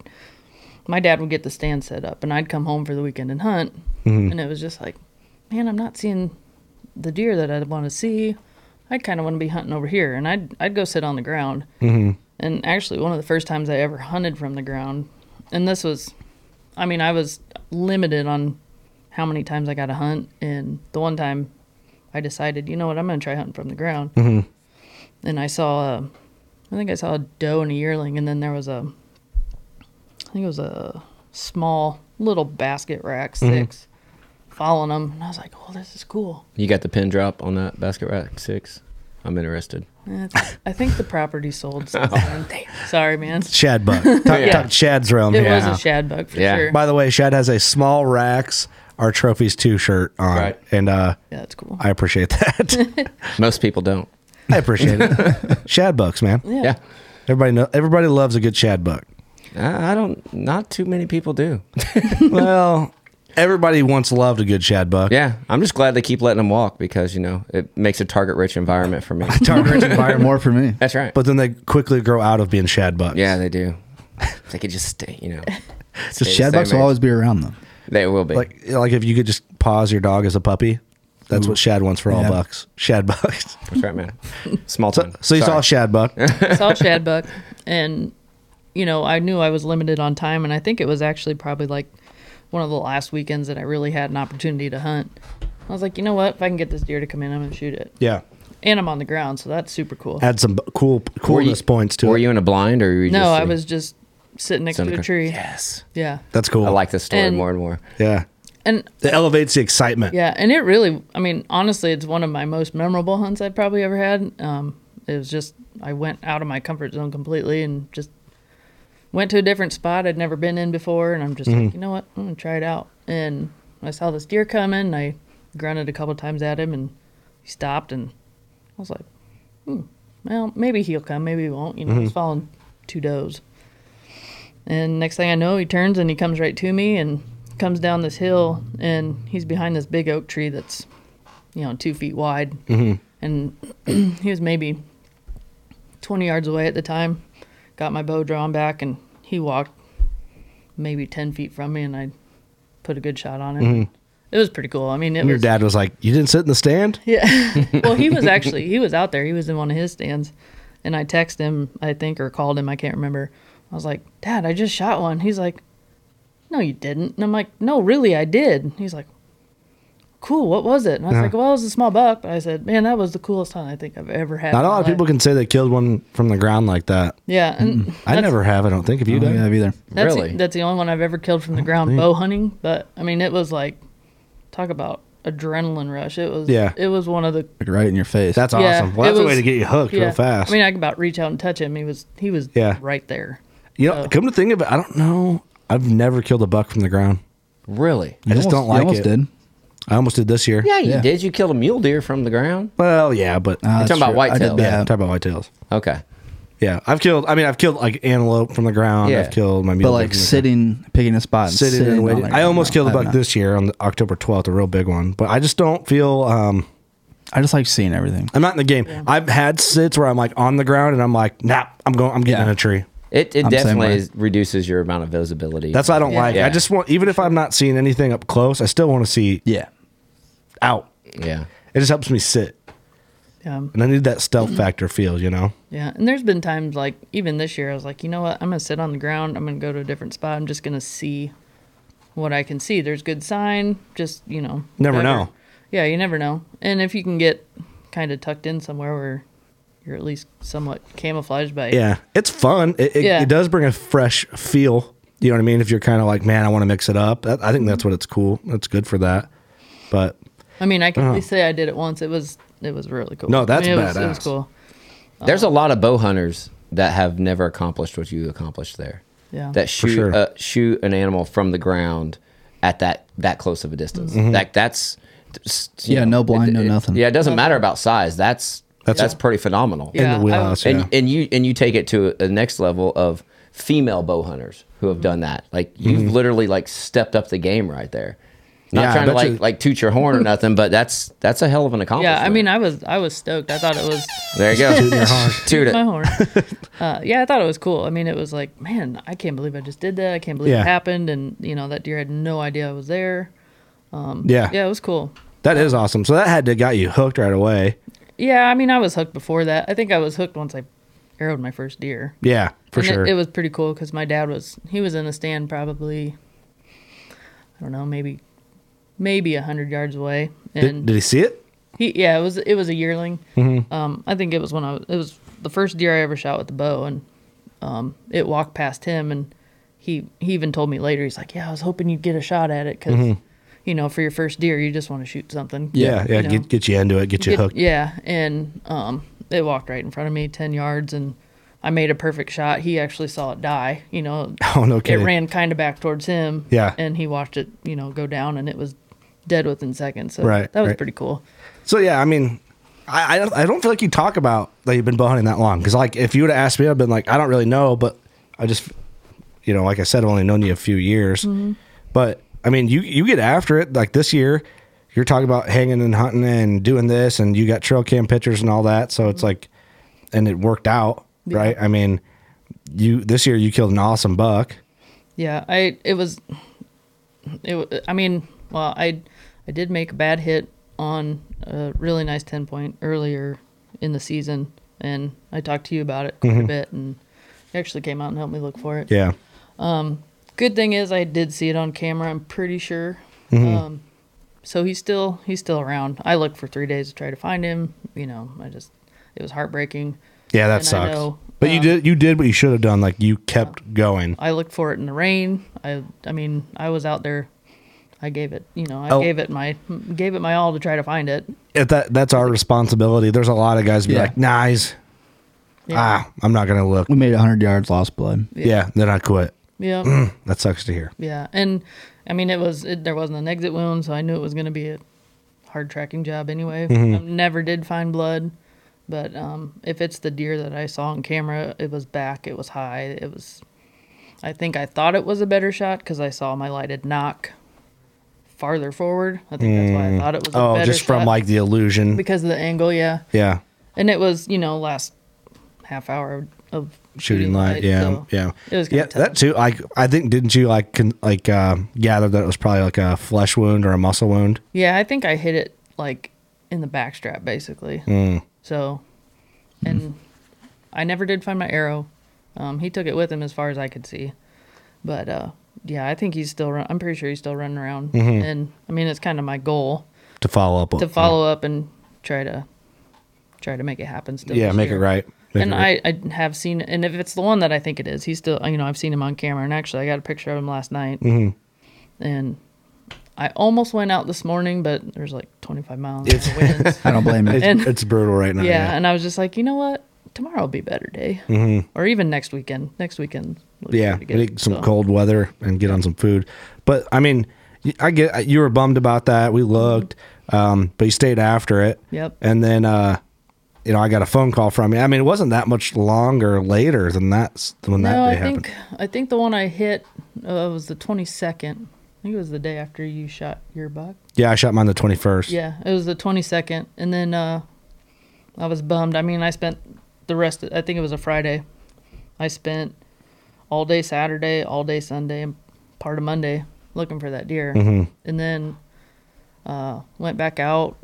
[SPEAKER 4] my dad would get the stand set up, and I'd come home for the weekend and hunt, and it was just like, man, I'm not seeing the deer that I want to see. I kind of want to be hunting over here, and I'd I'd go sit on the ground. Mm-hmm. And actually, one of the first times I ever hunted from the ground, and this was, I mean, I was limited on how many times I got to hunt, and the one time I decided, you know what, I'm going to try hunting from the ground, mm-hmm. and I saw, a, I think I saw a doe and a yearling, and then there was a, I think it was a small little basket rack 6 following them, and I was like, oh, this is cool.
[SPEAKER 3] You got the pin drop on that basket rack six. I'm interested.
[SPEAKER 4] I th- I think the property sold. sometime. Sorry, man.
[SPEAKER 1] Shad Buck, talk,
[SPEAKER 3] Yeah.
[SPEAKER 1] talk Shad's realm.
[SPEAKER 4] It
[SPEAKER 1] here.
[SPEAKER 4] was a shad bug for
[SPEAKER 3] Yeah.
[SPEAKER 4] sure.
[SPEAKER 1] By the way, Shad has a small racks our trophies two shirt on,
[SPEAKER 3] Right.
[SPEAKER 1] and uh,
[SPEAKER 4] yeah, that's cool.
[SPEAKER 1] I appreciate that.
[SPEAKER 3] Most people don't.
[SPEAKER 1] I appreciate it. Shad Bucks, man.
[SPEAKER 4] yeah.
[SPEAKER 3] Yeah.
[SPEAKER 1] Everybody know. Everybody loves a good Shad Buck.
[SPEAKER 3] I, I don't. Not too many people do.
[SPEAKER 1] Well, everybody once loved a good Shad Buck.
[SPEAKER 3] Yeah, I'm just glad they keep letting them walk because you know it makes a target-rich environment for me.
[SPEAKER 1] Target rich
[SPEAKER 2] Fire more for me.
[SPEAKER 3] That's right.
[SPEAKER 1] But then they quickly grow out of being Shad Bucks.
[SPEAKER 3] yeah, they do. They could just stay. You know,
[SPEAKER 2] The
[SPEAKER 3] stay the
[SPEAKER 2] shad
[SPEAKER 3] same
[SPEAKER 2] bucks will
[SPEAKER 3] age.
[SPEAKER 2] always be around them.
[SPEAKER 3] They will be.
[SPEAKER 1] Like like if you could just pause your dog as a puppy. That's what Shad wants for all
[SPEAKER 2] Yeah.
[SPEAKER 1] bucks. Shad bucks.
[SPEAKER 3] That's right, man. Small
[SPEAKER 1] So,
[SPEAKER 3] time.
[SPEAKER 1] so you saw
[SPEAKER 3] Sorry.
[SPEAKER 1] Shad Buck.
[SPEAKER 4] saw shad bug, and you know, I knew I was limited on time, and I think it was actually probably like one of the last weekends that I really had an opportunity to hunt. I was like, you know what? If I can get this deer to come in, I'm gonna shoot it,
[SPEAKER 1] Yeah.
[SPEAKER 4] and I'm on the ground, so that's super cool.
[SPEAKER 1] Add some b- cool
[SPEAKER 3] Were
[SPEAKER 1] coolness points to
[SPEAKER 3] Were
[SPEAKER 1] it.
[SPEAKER 3] you in a blind or were you
[SPEAKER 4] No,
[SPEAKER 3] just
[SPEAKER 4] I
[SPEAKER 3] sitting-
[SPEAKER 4] was just sitting next
[SPEAKER 3] sitting
[SPEAKER 4] to
[SPEAKER 3] on
[SPEAKER 4] a
[SPEAKER 3] the cr-
[SPEAKER 4] tree.
[SPEAKER 3] Yes,
[SPEAKER 4] Yeah,
[SPEAKER 1] That's cool.
[SPEAKER 3] I like this story
[SPEAKER 4] And-
[SPEAKER 3] more and more.
[SPEAKER 1] Yeah.
[SPEAKER 4] and
[SPEAKER 1] It elevates the excitement.
[SPEAKER 4] Yeah, and it really, I mean, honestly, it's one of my most memorable hunts I've probably ever had. Um, it was just, I went out of my comfort zone completely and just went to a different spot I'd never been in before. And I'm just like, you know what? I'm going to try it out. And I saw this deer coming. And I grunted a couple times at him and he stopped. And I was like, hmm, well, maybe he'll come. Maybe he won't. You know, he's following two does. And next thing I know, he turns and he comes right to me and comes down this hill, and he's behind this big oak tree that's, you know, two feet wide. Mm-hmm. And he was maybe 20 yards away at the time. Got my bow drawn back, and he walked maybe 10 feet from me and I put a good shot on it. It was pretty cool. I mean,
[SPEAKER 1] Mm-hmm.
[SPEAKER 4] it
[SPEAKER 1] And your
[SPEAKER 4] was,
[SPEAKER 1] dad was like, "You didn't sit in the stand."
[SPEAKER 4] yeah. well, he was actually he was out there. He was in one of his stands, and I texted him, I think, or called him. I can't remember. I was like, "Dad, I just shot one." He's like, "No, you didn't." And I'm like, "No, really, I did." And he's like, "Cool. What was it?" And I was like, "Well, it was a small buck." But I said, "Man, that was the coolest hunt I think I've ever had."
[SPEAKER 1] Not
[SPEAKER 4] in
[SPEAKER 1] a
[SPEAKER 4] my
[SPEAKER 1] lot of people
[SPEAKER 4] life."
[SPEAKER 1] can say they killed one from the ground like that.
[SPEAKER 4] Yeah, and
[SPEAKER 1] I
[SPEAKER 4] that's-
[SPEAKER 1] never have. I don't think. Have you
[SPEAKER 2] I
[SPEAKER 1] done?
[SPEAKER 2] don't think I have either.
[SPEAKER 4] That's
[SPEAKER 3] Really?
[SPEAKER 4] The, that's the only one I've ever killed from the ground bow hunting. But I mean, it was like, talk about adrenaline rush. It was.
[SPEAKER 1] Yeah.
[SPEAKER 4] It was one of the
[SPEAKER 2] Like right in your face.
[SPEAKER 1] That's
[SPEAKER 4] Yeah,
[SPEAKER 1] awesome. well,
[SPEAKER 4] it
[SPEAKER 1] that's a way
[SPEAKER 4] was-
[SPEAKER 1] to get you hooked real fast.
[SPEAKER 4] I mean, I could about reach out and touch him. He was he was
[SPEAKER 1] Yeah.
[SPEAKER 4] right there.
[SPEAKER 1] you know,
[SPEAKER 4] uh,
[SPEAKER 1] come to think of it, I don't know. I've never killed a buck from the ground.
[SPEAKER 3] Really?
[SPEAKER 1] I just don't like
[SPEAKER 2] you almost
[SPEAKER 1] it.
[SPEAKER 2] did.
[SPEAKER 1] I almost did this year.
[SPEAKER 3] Yeah, you
[SPEAKER 2] Yeah.
[SPEAKER 3] did. You killed a mule deer from the ground.
[SPEAKER 1] Well, yeah, but
[SPEAKER 2] Ah,
[SPEAKER 1] yeah,
[SPEAKER 2] that's
[SPEAKER 3] talking about
[SPEAKER 2] true. I did
[SPEAKER 3] whitetail.
[SPEAKER 2] that.
[SPEAKER 1] talk about whitetails.
[SPEAKER 3] Okay.
[SPEAKER 1] Yeah, I've killed. I mean, I've killed like antelope from the ground.
[SPEAKER 3] Yeah.
[SPEAKER 1] I've killed my mule.
[SPEAKER 2] But
[SPEAKER 1] deer
[SPEAKER 2] like
[SPEAKER 1] from the
[SPEAKER 2] sitting, picking a spot,
[SPEAKER 1] ground.
[SPEAKER 2] and
[SPEAKER 1] sitting, and
[SPEAKER 2] on
[SPEAKER 1] waiting.
[SPEAKER 2] the
[SPEAKER 1] I almost killed
[SPEAKER 2] ground.
[SPEAKER 1] a
[SPEAKER 2] I have
[SPEAKER 1] buck
[SPEAKER 2] not.
[SPEAKER 1] this year on the October twelfth, a real big one. But I just don't feel. um
[SPEAKER 2] I just like seeing everything.
[SPEAKER 1] I'm not in the game. I've had sits where I'm like on the ground and I'm like, nah, I'm going. I'm getting
[SPEAKER 2] Yeah.
[SPEAKER 1] in a tree.
[SPEAKER 3] It it
[SPEAKER 2] I'm the same
[SPEAKER 3] definitely
[SPEAKER 2] way.
[SPEAKER 3] is, reduces your amount of visibility.
[SPEAKER 1] That's what I don't
[SPEAKER 4] Yeah.
[SPEAKER 1] like.
[SPEAKER 3] Yeah.
[SPEAKER 1] I just want, even if I'm not seeing anything up close, I still want to see
[SPEAKER 2] Yeah.
[SPEAKER 1] out.
[SPEAKER 3] yeah.
[SPEAKER 1] It just helps me sit,
[SPEAKER 4] Yeah.
[SPEAKER 1] and I need that stealth factor feel. You know.
[SPEAKER 4] Um, Yeah. And there's been times like even this year, I was like, you know what? I'm gonna sit on the ground. I'm gonna go to a different spot. I'm just gonna see what I can see. There's good sign. Just you know.
[SPEAKER 1] Never know.
[SPEAKER 4] Yeah, you never know. And if you can get kind of tucked in somewhere where you're at least somewhat camouflaged by
[SPEAKER 1] Yeah, it's fun. It, it,
[SPEAKER 4] Yeah.
[SPEAKER 1] it does bring a fresh feel. You know what I mean? If you're kind of like, man, I want to mix it up. That, I think that's what it's cool. That's good for that. But
[SPEAKER 4] I mean, I can at least say I did it once. It was it was really cool.
[SPEAKER 1] Uh-huh. No,
[SPEAKER 4] I
[SPEAKER 1] that's
[SPEAKER 4] mean, it was, it was
[SPEAKER 1] badass.
[SPEAKER 4] cool.
[SPEAKER 3] There's a lot of bow hunters that have never accomplished what you accomplished there.
[SPEAKER 4] Yeah.
[SPEAKER 3] That shoot
[SPEAKER 1] sure.
[SPEAKER 3] uh, shoot an animal from the ground at that that close of a distance. Like that's you
[SPEAKER 2] Mm-hmm. Yeah, no blind, no nothing.
[SPEAKER 3] Yeah, it doesn't matter about size. That's that's, pretty phenomenal.
[SPEAKER 4] Yeah,
[SPEAKER 1] in
[SPEAKER 4] I
[SPEAKER 1] the wheelhouse,
[SPEAKER 4] was-
[SPEAKER 1] yeah.
[SPEAKER 3] And and you and you take it to a next level of female bow hunters who have done that. Like you've literally like stepped up the game right there. Not
[SPEAKER 1] Mm-hmm. Yeah, I
[SPEAKER 3] trying to
[SPEAKER 1] bet
[SPEAKER 3] like
[SPEAKER 1] you-
[SPEAKER 3] like toot your horn or nothing, but that's that's a hell of an accomplishment.
[SPEAKER 4] Yeah, I mean, I was I was stoked. I thought it was
[SPEAKER 3] there you go. Toot your horn. Toot
[SPEAKER 4] my
[SPEAKER 3] it.
[SPEAKER 4] horn. uh, yeah, I thought it was cool. I mean, it was like, man, I can't believe I just did that. I can't believe
[SPEAKER 1] Yeah.
[SPEAKER 4] it happened. And you know, that deer had no idea I was there.
[SPEAKER 1] yeah,
[SPEAKER 4] Yeah, it was cool.
[SPEAKER 1] that is awesome. So that had to got you hooked right away.
[SPEAKER 4] Yeah, I mean, I was hooked before that. I think I was hooked once I arrowed my first deer.
[SPEAKER 1] Yeah, for
[SPEAKER 4] And
[SPEAKER 1] sure.
[SPEAKER 4] It, it was pretty cool because my dad was he was in a stand probably, I don't know, maybe maybe a hundred yards away.
[SPEAKER 1] did,
[SPEAKER 4] And
[SPEAKER 1] did he see it?
[SPEAKER 4] He, yeah, it was it was a yearling.
[SPEAKER 1] Mm-hmm.
[SPEAKER 4] Um, I think it was when I was, it was the first deer I ever shot with the bow, and um, it walked past him, and he he even told me later he's like, yeah, I was hoping you'd get a shot at it because you know for your first deer you just want to shoot something.
[SPEAKER 1] Mm-hmm. Yeah, yeah.
[SPEAKER 4] you know.
[SPEAKER 1] Get get you into it. Get you
[SPEAKER 4] It-
[SPEAKER 1] hooked.
[SPEAKER 4] Yeah, and um, it walked right in front of me, ten yards, and I made a perfect shot. He actually saw it die. You know,
[SPEAKER 1] Oh no
[SPEAKER 4] it
[SPEAKER 1] kidding.
[SPEAKER 4] ran kind of back towards him.
[SPEAKER 1] Yeah.
[SPEAKER 4] and he watched it, you know, go down, and it was dead within seconds. So
[SPEAKER 1] Right,
[SPEAKER 4] that was
[SPEAKER 1] right.
[SPEAKER 4] pretty cool.
[SPEAKER 1] So yeah, I mean, I I don't, I don't feel like you talk about that you've been bow hunting that long because like if you would have asked me, I've been like I don't really know, but I just you know like I said, I've only known you a few years,
[SPEAKER 4] Mm-hmm.
[SPEAKER 1] but I mean you you get after it like this year. You're talking about hanging and hunting and doing this, and you got trail cam pictures and all that. So
[SPEAKER 4] Mm-hmm.
[SPEAKER 1] it's like, and it worked out, right? I mean, you this year you killed an awesome buck.
[SPEAKER 4] Yeah, I it was it wa- I mean, well, I I did make a bad hit on a really nice 10 point earlier in the season and I talked to you about it quite a bit and you actually came out and helped me look for it.
[SPEAKER 1] Yeah,
[SPEAKER 4] Good thing is I did see it on camera, I'm pretty sure. Um so he's still he's still around. I looked for 3 days to try to find him, you know, I just it was heartbreaking.
[SPEAKER 1] yeah, that
[SPEAKER 4] And I
[SPEAKER 1] sucks.
[SPEAKER 4] know, um,
[SPEAKER 1] but you did you did what you should have done. Like you kept going.
[SPEAKER 4] I looked for it in the rain. I I mean, I was out there. I gave it, you know, I
[SPEAKER 1] Oh.
[SPEAKER 4] gave it my gave it my all to try to find it.
[SPEAKER 1] if that that's our responsibility. There's a lot of guys be
[SPEAKER 2] Yeah.
[SPEAKER 1] like, nah, he's,
[SPEAKER 4] Yeah.
[SPEAKER 1] ah, I'm not gonna look.
[SPEAKER 2] We made 100 yards, lost blood.
[SPEAKER 1] Yeah. then I quit.
[SPEAKER 4] Yeah.
[SPEAKER 1] That sucks to hear.
[SPEAKER 4] yeah. And I mean, it was it, there wasn't an exit wound, so I knew it was going to be a hard tracking job anyway.
[SPEAKER 1] Mm-hmm.
[SPEAKER 4] I never did find blood, but um if it's the deer that I saw on camera, it was back, it was high, it was I think I thought it was a better shot cuz I saw my lighted knock farther forward. I think that's why I thought it was a
[SPEAKER 1] Oh,
[SPEAKER 4] better
[SPEAKER 1] just from
[SPEAKER 4] shot.
[SPEAKER 1] like the illusion.
[SPEAKER 4] because of the angle, yeah.
[SPEAKER 1] Yeah,
[SPEAKER 4] and it was you know last half hour of
[SPEAKER 1] shooting light. Yeah,
[SPEAKER 4] so
[SPEAKER 1] yeah.
[SPEAKER 4] it was kinda
[SPEAKER 1] yeah, that too. Like I think didn't you like con- like uh, gather that it was probably like a flesh wound or a muscle wound?
[SPEAKER 4] Yeah, I think I hit it like in the backstrap basically.
[SPEAKER 1] Hmm.
[SPEAKER 4] So, and I never did find my arrow. Um, he took it with him as far as I could see, but uh, yeah, I think he's still. Run- I'm pretty sure he's still running around.
[SPEAKER 1] Mm-hmm.
[SPEAKER 4] And I mean, it's kind of my goal
[SPEAKER 1] To follow up.
[SPEAKER 4] to follow up and try to try to make it happen. Still,
[SPEAKER 1] Yeah,
[SPEAKER 4] this
[SPEAKER 1] make it
[SPEAKER 4] year.
[SPEAKER 1] right. Make
[SPEAKER 4] and
[SPEAKER 1] it right.
[SPEAKER 4] I, I have seen, and if it's the one that I think it is, he's still, you know, I've seen him on camera. And actually, I got a picture of him last night.
[SPEAKER 1] Mm-hmm.
[SPEAKER 4] And I almost went out this morning, but there's like 25 miles of winds.
[SPEAKER 2] I don't blame you.
[SPEAKER 1] it's,
[SPEAKER 4] and-
[SPEAKER 1] it's brutal right now.
[SPEAKER 4] yeah,
[SPEAKER 1] Oh, Yeah.
[SPEAKER 4] And I was just like, you know what? Tomorrow will be a better day. Mm-hmm. Or even next weekend. Next weekend. looks
[SPEAKER 1] Yeah,
[SPEAKER 4] pretty good,
[SPEAKER 1] we need some
[SPEAKER 4] so.
[SPEAKER 1] cold weather and get on some food. But I mean, y- I get you were bummed about that. We looked, um, but you stayed after it.
[SPEAKER 4] Mm-hmm. Yep.
[SPEAKER 1] And then, uh, you know, I got a phone call from you. I mean, it wasn't that much longer later than that's when
[SPEAKER 4] No,
[SPEAKER 1] that
[SPEAKER 4] I
[SPEAKER 1] day happened.
[SPEAKER 4] think I think the one I hit uh, was the 22nd. I think it was the day after you shot your buck.
[SPEAKER 1] Yeah, I shot mine the twenty first.
[SPEAKER 4] Yeah, it was the 22nd, and then uh, I was bummed. I mean, I spent the rest. Of, I think it was a Friday. I spent all day Saturday, all day Sunday, and part of Monday looking for that deer, and then uh, went back out.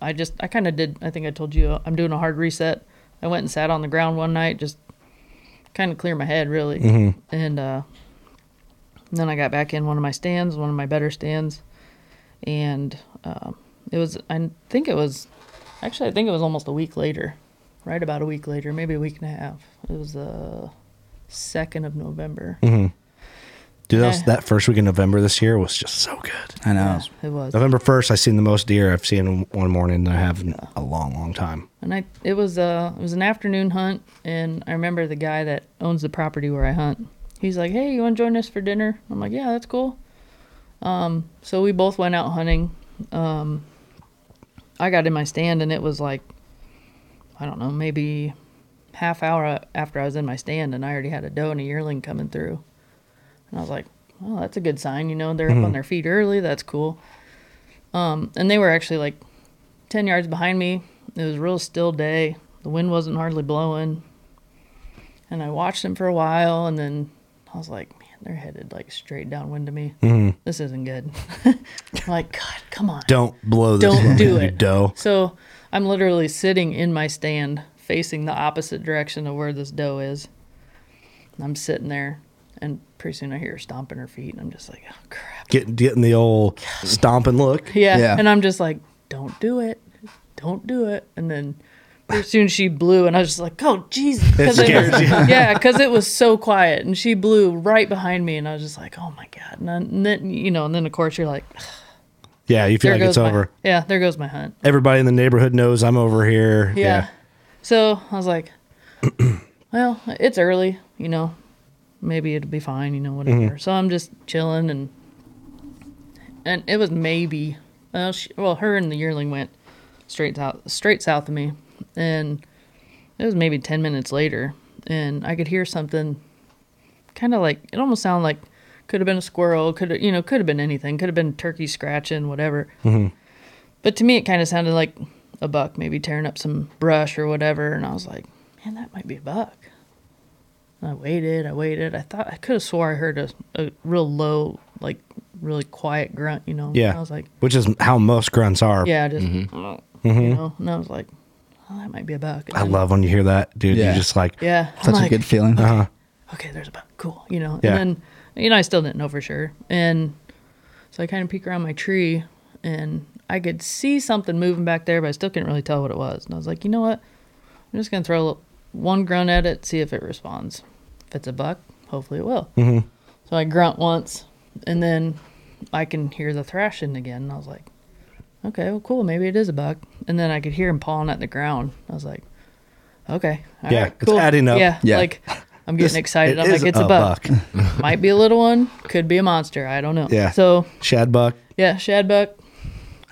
[SPEAKER 4] I just I kind of did. I think I told you uh, I'm doing a hard reset. I went and sat on the ground one night, just kind of clear my head really, and uh, then I got back in one of my stands, one of my better stands, and um, it was I think it was actually I think it was almost a week later, right about a week later, maybe a week and a half. It was the second of November.
[SPEAKER 1] Dude, that, was-
[SPEAKER 4] Yeah.
[SPEAKER 1] that first week in November this year was just so good.
[SPEAKER 2] I know. it's-
[SPEAKER 4] It was,
[SPEAKER 1] November first, I seen the most deer I've seen in one morning than I have in a long, long time.
[SPEAKER 4] and I it was uh it was an afternoon hunt, and I remember the guy that owns the property where I hunt. He's like, "Hey, you want to join us for dinner?" I'm like, "Yeah, that's cool." Um, so we both went out hunting. Um, I got in my stand, and it was like, I don't know, maybe half hour after I was in my stand, and I already had a doe and a yearling coming through. And I was like, "Well, that's a good sign, you know. They're up on their feet early. That's cool." Um, and they were actually like 10 yards behind me. It was a real still day. The wind wasn't hardly blowing. And I watched them for a while and then I was like, man, they're headed like straight downwind to me. This isn't good. I'm like, God, come on.
[SPEAKER 1] Don't blow this
[SPEAKER 4] Don't
[SPEAKER 1] one,
[SPEAKER 4] do
[SPEAKER 1] you
[SPEAKER 4] it.
[SPEAKER 1] doe.
[SPEAKER 4] So I'm literally sitting in my stand facing the opposite direction of where this doe is. And I'm sitting there and pretty soon I hear her stomping her feet and I'm just like, oh, crap.
[SPEAKER 1] Getting getting the old stomping look.
[SPEAKER 4] Yeah.
[SPEAKER 2] Yeah.
[SPEAKER 4] And I'm just like, don't do it. Don't do it. And then pretty soon she blew, and I was just like, oh, Jesus. Because it, was- yeah, because it was so quiet. And she blew right behind me, and I was just like, oh my God. And, I, and then, you know, and then of course you're like,
[SPEAKER 1] Yeah, you feel
[SPEAKER 4] there
[SPEAKER 1] like
[SPEAKER 4] goes
[SPEAKER 1] it's
[SPEAKER 4] my,
[SPEAKER 1] over.
[SPEAKER 4] Yeah, there goes my hunt.
[SPEAKER 1] Everybody in the neighborhood knows I'm over here.
[SPEAKER 4] Yeah. So I was like, well, it's early, you know, maybe it'll be fine, you know, whatever. So I'm just chilling and, and it was maybe, well, she, well, her and the yearling went straight south, straight south of me. And it was maybe 10 minutes later and I could hear something kind of like, it almost sounded like could have been a squirrel, could have, you know, could have been anything, could have been turkey scratching, whatever. But to me, it kind of sounded like a buck, maybe tearing up some brush or whatever. And I was like, man, that might be a buck. And I waited, I waited. I thought I could have swore I heard a, a real low, like really quiet grunt, you know?
[SPEAKER 1] Yeah.
[SPEAKER 4] I was like,
[SPEAKER 1] Which is how most grunts are.
[SPEAKER 4] yeah, just,
[SPEAKER 2] Mm-hmm.
[SPEAKER 4] you know? And I was like, oh, that might be a buck. And
[SPEAKER 1] I
[SPEAKER 4] then-
[SPEAKER 1] love when you hear that, dude.
[SPEAKER 2] Yeah.
[SPEAKER 1] You're just like,
[SPEAKER 4] Yeah. I'm
[SPEAKER 2] Such a
[SPEAKER 4] like,
[SPEAKER 2] good feeling.
[SPEAKER 1] Uh-huh.
[SPEAKER 4] okay, there's a buck. Cool. You know,
[SPEAKER 1] Yeah.
[SPEAKER 4] and then, you know, I still didn't know for sure. And so I kind of peek around my tree and I could see something moving back there, but I still couldn't really tell what it was. And I was like, you know what? I'm just going to throw one grunt at it, see if it responds. If it's a buck, hopefully it will. Mm-hmm. So I grunt once and then I can hear the thrashing again. And I was like, okay, well, cool. Maybe it is a buck. And then I could hear him pawing at the ground. I was like, okay. all
[SPEAKER 1] Yeah, it's adding up.
[SPEAKER 4] Yeah,
[SPEAKER 2] Yeah.
[SPEAKER 4] Like, I'm getting
[SPEAKER 1] This-
[SPEAKER 4] excited.
[SPEAKER 1] it
[SPEAKER 4] I'm
[SPEAKER 1] is
[SPEAKER 4] like, it's a,
[SPEAKER 1] a
[SPEAKER 4] buck. Might be a little one, could be a monster. I don't know.
[SPEAKER 1] Yeah.
[SPEAKER 4] So,
[SPEAKER 1] Shad buck
[SPEAKER 4] yeah, shad buck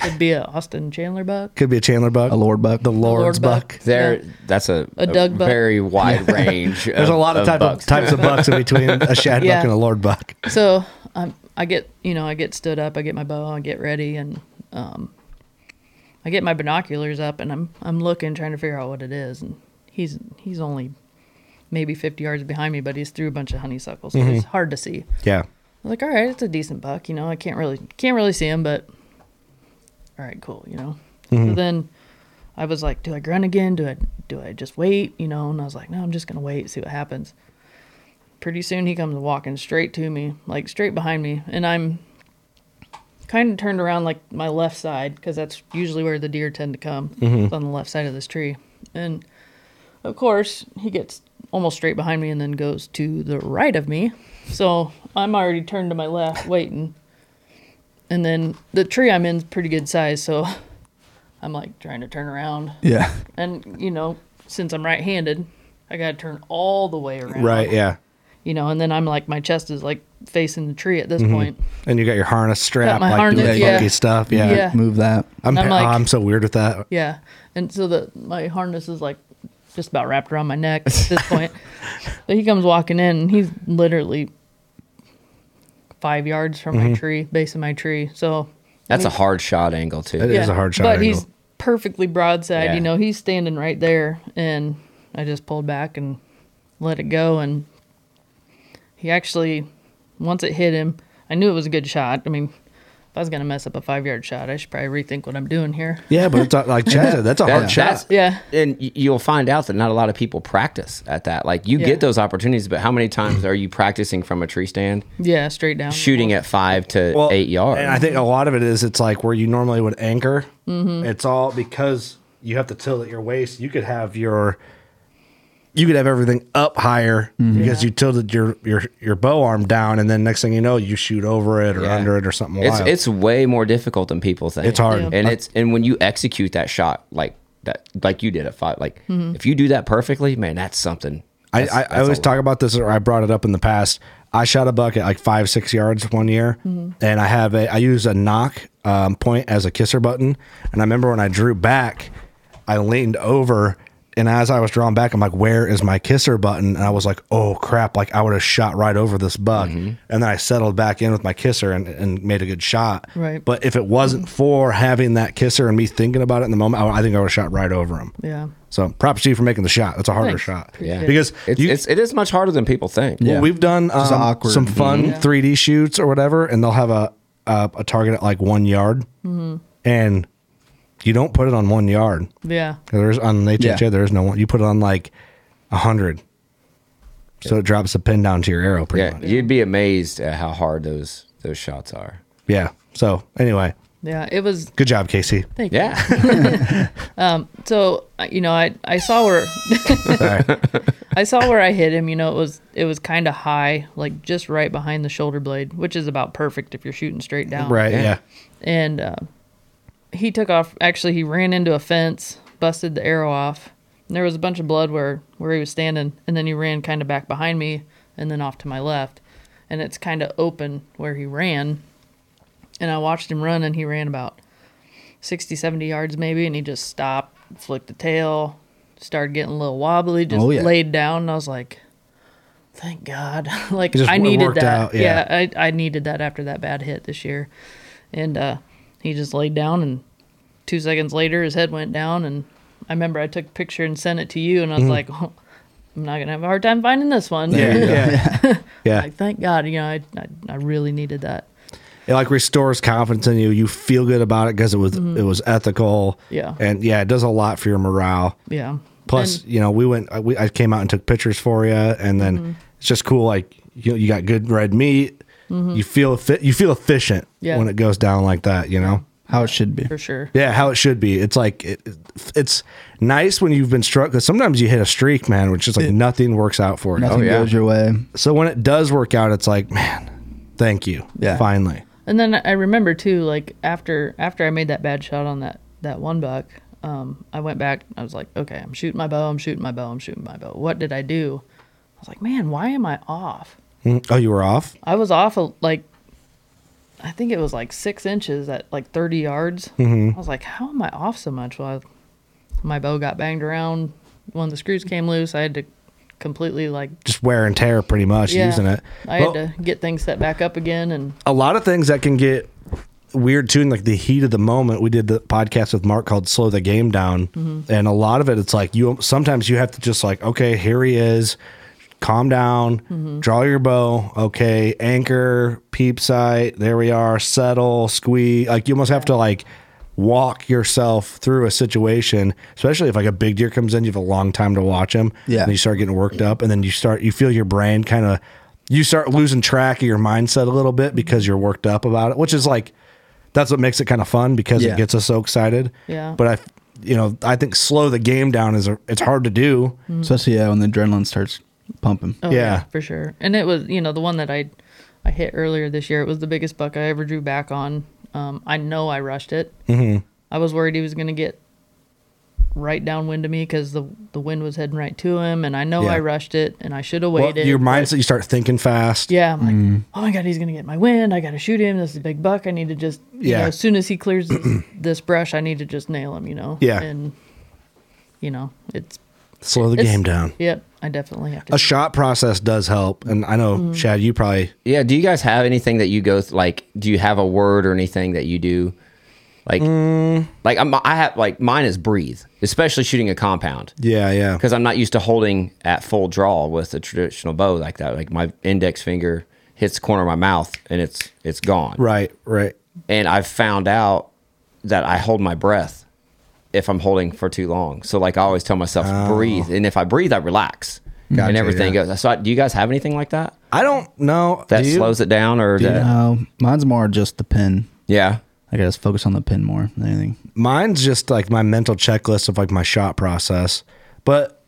[SPEAKER 4] could be a Austin Chandler buck.
[SPEAKER 1] could be a Chandler buck,
[SPEAKER 2] A Lord Buck.
[SPEAKER 1] the Lord's
[SPEAKER 4] Lord buck.
[SPEAKER 1] buck.
[SPEAKER 3] There, that's a,
[SPEAKER 4] A Doug buck.
[SPEAKER 3] very wide range.
[SPEAKER 1] There's a lot of, type
[SPEAKER 3] bucks.
[SPEAKER 1] of types of bucks in between a Shad
[SPEAKER 4] Yeah.
[SPEAKER 1] buck and a Lord buck.
[SPEAKER 4] So, um, I get, you know, I get stood up, I get my bow, I get ready, and um, I get my binoculars up, and I'm I'm looking, trying to figure out what it is, and he's he's only maybe 50 yards behind me, but he's through a bunch of honeysuckles.
[SPEAKER 1] Mm-hmm.
[SPEAKER 4] So It's hard to see.
[SPEAKER 1] Yeah.
[SPEAKER 4] I'm like, all right, it's a decent buck. You know, I can't really can't really see him, but all right, cool. You know. So then I was like, do I grunt again? Do I do I just wait? You know, and I was like, no, I'm just gonna wait, see what happens. Pretty soon he comes walking straight to me, like straight behind me, and I'm kind of turned around like my left side because that's usually where the deer tend to come it's on the left side of this tree, and of course, he gets almost straight behind me and then goes to the right of me. So I'm already turned to my left, waiting. And then the tree I'm in's pretty good size, so I'm like trying to turn around.
[SPEAKER 2] Yeah.
[SPEAKER 4] And you know, since I'm right-handed, I gotta turn all the way around.
[SPEAKER 1] Right. Yeah.
[SPEAKER 4] You know, and then I'm like, my chest is like facing the tree at this point.
[SPEAKER 1] And you got your harness strap,
[SPEAKER 4] Got my
[SPEAKER 1] like doing
[SPEAKER 4] harness,
[SPEAKER 1] funky
[SPEAKER 4] yeah.
[SPEAKER 1] stuff. Yeah.
[SPEAKER 4] Yeah.
[SPEAKER 2] Move that.
[SPEAKER 1] I'm,
[SPEAKER 4] I'm
[SPEAKER 1] pa- oh,
[SPEAKER 4] like-
[SPEAKER 1] I'm so weird with that.
[SPEAKER 4] Yeah. And so the my harness is like just about wrapped around my neck at this point. but he comes walking in and he's literally five yards from
[SPEAKER 1] Mm-hmm.
[SPEAKER 4] my tree, base of my tree. So
[SPEAKER 3] That's a hard shot angle too.
[SPEAKER 1] It is a hard shot.
[SPEAKER 4] But
[SPEAKER 1] angle.
[SPEAKER 4] he's perfectly broadside,
[SPEAKER 3] Yeah.
[SPEAKER 4] you know, he's standing right there and I just pulled back and let it go and he actually once it hit him, I knew it was a good shot. I mean, if I was gonna mess up a five yard shot, I should probably rethink what I'm doing here.
[SPEAKER 1] Yeah, but it's a, like Chad said, that's a hard
[SPEAKER 3] That-
[SPEAKER 1] shot.
[SPEAKER 3] that's-
[SPEAKER 4] Yeah.
[SPEAKER 3] And y- you'll find out that not a lot of people practice at that. Like you
[SPEAKER 4] Yeah.
[SPEAKER 3] get those opportunities, but how many times are you practicing from a tree stand,
[SPEAKER 4] Yeah, straight down.
[SPEAKER 3] shooting at five to eight yards?
[SPEAKER 1] And I think a lot of it is it's like where you normally would anchor. It's all because you have to tilt at your waist. You could have your you could have everything up higher because you tilted your your your bow arm down, and then next thing you know, you shoot over it or
[SPEAKER 3] Yeah.
[SPEAKER 1] under it or something
[SPEAKER 3] it's
[SPEAKER 1] wild.
[SPEAKER 3] it's way more difficult than people think.
[SPEAKER 1] It's hard. Yeah.
[SPEAKER 3] and it's and when you execute that shot like that, like you did at five, like if you do that perfectly, man, that's something.
[SPEAKER 1] I,
[SPEAKER 3] That's-
[SPEAKER 1] I, I
[SPEAKER 3] that's
[SPEAKER 1] always
[SPEAKER 3] a-
[SPEAKER 1] talk about this, or I brought it up in the past. I shot a buck at like five, six yards one year,
[SPEAKER 3] Mm-hmm.
[SPEAKER 1] and I have a, I use a knock um, point as a kisser button. And I remember when I drew back, I leaned over, and as I was drawing back, I'm like, "Where is my kisser button?" And I was like, "Oh crap!" Like I would have shot right over this buck,
[SPEAKER 3] Mm-hmm.
[SPEAKER 1] and then I settled back in with my kisser and, and made a good shot.
[SPEAKER 4] Right.
[SPEAKER 1] But if it wasn't
[SPEAKER 3] Mm-hmm.
[SPEAKER 1] for having that kisser and me thinking about it in the moment, I, I think I would have shot right over him.
[SPEAKER 4] Yeah.
[SPEAKER 1] So props to you for making the shot. That's a harder
[SPEAKER 4] Thanks.
[SPEAKER 1] shot.
[SPEAKER 4] Appreciate
[SPEAKER 3] it.
[SPEAKER 1] Because
[SPEAKER 3] It's,
[SPEAKER 1] you,
[SPEAKER 3] it's it is much harder than people think.
[SPEAKER 1] well, we've done um,
[SPEAKER 2] awkward.
[SPEAKER 1] some fun
[SPEAKER 4] Yeah.
[SPEAKER 1] 3D shoots or whatever, and they'll have a a, a target at like one yard,
[SPEAKER 4] Mm-hmm.
[SPEAKER 1] and you don't put it on one yard.
[SPEAKER 4] Yeah.
[SPEAKER 1] There's on HHA,
[SPEAKER 2] Yeah.
[SPEAKER 1] there is no one. You put it on like a hundred, so it drops the pin down to your arrow. Pretty
[SPEAKER 3] yeah,
[SPEAKER 1] much.
[SPEAKER 3] you'd be amazed at how hard those those shots are.
[SPEAKER 1] Yeah. So anyway,
[SPEAKER 4] Yeah. It was
[SPEAKER 1] good job, Casey.
[SPEAKER 4] thank you.
[SPEAKER 3] Yeah.
[SPEAKER 4] So I- you know, I I saw where
[SPEAKER 1] Sorry.
[SPEAKER 4] I saw where I hit him. You know, it was it was kind of high, like just right behind the shoulder blade, which is about perfect if you're shooting straight down.
[SPEAKER 1] right. Yeah.
[SPEAKER 4] And uh, he took off. Actually, he ran into a fence, busted the arrow off. And there was a bunch of blood where where he was standing, and then he ran kind of back behind me, and then off to my left, and it's kind of open where he ran. And I watched him run, and he ran about 60, 70 yards maybe, and he just stopped, flicked the tail, started getting a little wobbly, just
[SPEAKER 2] Oh, yeah.
[SPEAKER 4] laid down, and I was like, "Thank God!" like
[SPEAKER 1] It just
[SPEAKER 4] I
[SPEAKER 1] w-
[SPEAKER 4] needed
[SPEAKER 1] worked
[SPEAKER 4] that.
[SPEAKER 1] out, yeah.
[SPEAKER 4] yeah, I I needed that after that bad hit this year, and uh, he just laid down, and two seconds later, his head went down, and I remember I took a picture and sent it to you, and I was like, oh, "I'm not gonna have a hard time finding this one."
[SPEAKER 1] Mm-hmm. Yeah. Yeah. yeah.
[SPEAKER 4] like thank God, you know, I I, I really needed that.
[SPEAKER 1] it like restores confidence in you. You feel good about it because it was it was ethical.
[SPEAKER 4] Mm-hmm. Yeah.
[SPEAKER 1] And yeah, it does a lot for your morale.
[SPEAKER 4] Yeah.
[SPEAKER 1] Plus,
[SPEAKER 4] And- Mm-hmm.
[SPEAKER 1] you know, we went. I- We, I came out and took pictures for you, and then it's just cool. Like you, you got good red meat. You feel fit. You feel efficient
[SPEAKER 4] Mm-hmm. Yeah.
[SPEAKER 1] when it goes down like that. You know.
[SPEAKER 2] How it should be.
[SPEAKER 4] for sure.
[SPEAKER 1] Yeah, how it should be. It's like it, it's nice when you've been struck because sometimes you hit a streak, man, which is like nothing works out for you.
[SPEAKER 2] Nothing
[SPEAKER 4] Oh,
[SPEAKER 3] yeah.
[SPEAKER 2] goes your way.
[SPEAKER 1] So when it does work out, it's like, man, thank you.
[SPEAKER 2] Yeah.
[SPEAKER 1] Finally.
[SPEAKER 4] And then I remember too, like after after I made that bad shot on that that one buck, um, I went back. I was like, okay, I'm shooting my bow. I'm shooting my bow. I'm shooting my bow. What did I do? I was like, man, why am I off?
[SPEAKER 1] Mm. Oh, you were off.
[SPEAKER 4] I was off a, like, I think it was like six inches at like 30 yards.
[SPEAKER 1] Mm-hmm.
[SPEAKER 4] I was like, how am I off so much? Well, I- my bow got banged around. One of the screws came loose. I had to completely like
[SPEAKER 1] Just wear and tear, pretty much
[SPEAKER 4] yeah,
[SPEAKER 1] using it.
[SPEAKER 4] I
[SPEAKER 1] But-
[SPEAKER 4] had to get things set back up again and
[SPEAKER 1] a lot of things that can get weird too. In like the heat of the moment, we did the podcast with Mark called "Slow the Game Down," and a lot of it, it's like you sometimes you have to just like, okay, here he is, calm down, draw your bow, okay, anchor, peep sight, there we are, settle, squee. Like you almost have to like walk yourself through a situation, especially if like a big deer comes in, you have a long time to watch him.
[SPEAKER 2] Yeah.
[SPEAKER 1] and you start getting worked up, and then you start you feel your brain kind of you start losing track of your mindset a little bit because you're worked up about it, which is like that's what makes it kind of fun because
[SPEAKER 2] Yeah.
[SPEAKER 1] it gets us so excited.
[SPEAKER 4] Yeah.
[SPEAKER 1] but I. You know, I think slow the game down is a, it's hard to do.
[SPEAKER 2] Especially yeah, when the adrenaline starts pumping.
[SPEAKER 4] Oh,
[SPEAKER 1] Yeah.
[SPEAKER 4] for sure. And it was, you know, the one that I I hit earlier this year. It was the biggest buck I ever drew back on. Um, I know I rushed it. Mm-hmm. I was worried he was going to get right downwind of me because the the wind was heading right to him, and I know
[SPEAKER 1] Yeah.
[SPEAKER 4] I rushed it, and I should have
[SPEAKER 1] Well,
[SPEAKER 4] waited.
[SPEAKER 1] your Mm.
[SPEAKER 4] but-
[SPEAKER 1] mindset, you start thinking fast.
[SPEAKER 4] Yeah, I'm like, oh my god, he's gonna get my wind. I gotta shoot him. This is a big buck. I need to just, you
[SPEAKER 1] Yeah.
[SPEAKER 4] know, as soon as he clears this, this brush, I need to just nail him. You know.
[SPEAKER 1] Yeah.
[SPEAKER 4] And you know, it's
[SPEAKER 1] Slow the
[SPEAKER 4] it's-
[SPEAKER 1] game down.
[SPEAKER 4] Yep, I definitely have to.
[SPEAKER 1] A shot process does help, and I
[SPEAKER 4] Mm-hmm.
[SPEAKER 1] know Chad, you probably
[SPEAKER 3] Yeah. Do you guys have anything that you go th- like? Do you have a word or anything that you do? Like,
[SPEAKER 1] Mm.
[SPEAKER 3] like I'm, I have like mine is breathe, especially shooting a compound
[SPEAKER 1] yeah yeah
[SPEAKER 3] because I'm not used to holding at full draw with a traditional bow like that. Like my index finger hits the corner of my mouth and it's it's gone.
[SPEAKER 1] right right
[SPEAKER 3] and I've found out that I hold my breath if I'm holding for too long. So like I always tell myself breathe, and if I breathe, I relax, and
[SPEAKER 1] Oh. Gotcha,
[SPEAKER 3] everything
[SPEAKER 1] yeah.
[SPEAKER 3] goes. So I- do you guys have anything like that
[SPEAKER 1] I don't know
[SPEAKER 3] that
[SPEAKER 1] Do you?
[SPEAKER 3] slows it down or that,
[SPEAKER 2] No, mine's more just the pin.
[SPEAKER 3] yeah?
[SPEAKER 2] I gotta focus on the pin more than anything.
[SPEAKER 1] Mine's just like my mental checklist of like my shot process, but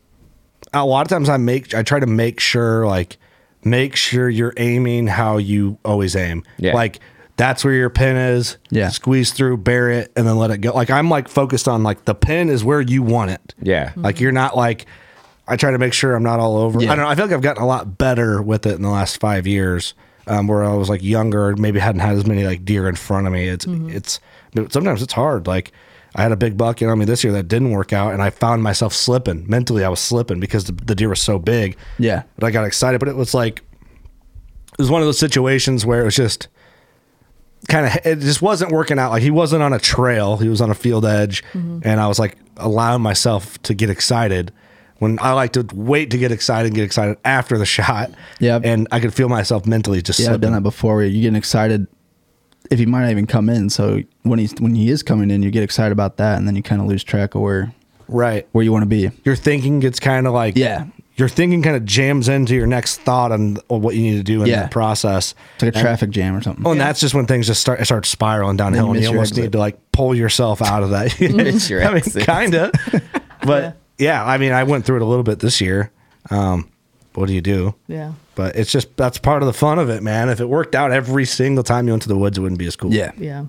[SPEAKER 1] a lot of times I make I try to make sure like make sure you're aiming how you always aim.
[SPEAKER 3] Yeah.
[SPEAKER 1] Like that's where your pin is.
[SPEAKER 2] Yeah.
[SPEAKER 1] Squeeze through, bear it, and then let it go. Like I'm like focused on like the pin is where you want it.
[SPEAKER 3] Yeah.
[SPEAKER 1] Like you're not like I try to make sure I'm not all over. I don't know. I feel like I've gotten a lot better with it in the last five years. Um, where I was like younger, maybe hadn't had as many like deer in front of me. It's it's but sometimes it's hard. Like I had a big buck, you know, I mean, this year that didn't work out, and I found myself slipping mentally. I was slipping because the, the deer was so big.
[SPEAKER 2] Yeah.
[SPEAKER 1] but I got excited. But it was like it was one of those situations where it was just kind of it just wasn't working out. Like he wasn't on a trail; he was on a field edge,
[SPEAKER 2] Mm-hmm.
[SPEAKER 1] and I was like allowing myself to get excited when I like to wait to get excited and get excited after the shot.
[SPEAKER 2] Yeah.
[SPEAKER 1] and I could feel myself mentally just
[SPEAKER 2] Yeah, I've
[SPEAKER 1] slipping.
[SPEAKER 2] done that before. Where you're getting excited if he might not even come in. So when he's when he is coming in, you get excited about that, and then you kind of lose track of where
[SPEAKER 1] right.
[SPEAKER 2] where you want to be.
[SPEAKER 1] Your thinking gets kind of like
[SPEAKER 2] Yeah.
[SPEAKER 1] Your thinking kind of jams into your next thought on on what you need to do in
[SPEAKER 2] Yeah.
[SPEAKER 1] that process.
[SPEAKER 2] It's like a traffic jam or something.
[SPEAKER 1] Oh, and that's just when things just start start spiraling
[SPEAKER 2] Then
[SPEAKER 1] downhill,
[SPEAKER 2] you
[SPEAKER 1] and you
[SPEAKER 2] miss your
[SPEAKER 1] almost
[SPEAKER 2] exit.
[SPEAKER 1] need to like pull yourself out of that.
[SPEAKER 3] Miss your
[SPEAKER 1] I mean,
[SPEAKER 3] exit.
[SPEAKER 1] kinda, but yeah. I mean, I went through it a little bit this year. Um, what do you do?
[SPEAKER 4] yeah.
[SPEAKER 1] But it's just that's part of the fun of it, man. If it worked out every single time you went to the woods, it wouldn't be as cool.
[SPEAKER 2] Yeah,
[SPEAKER 4] Yeah.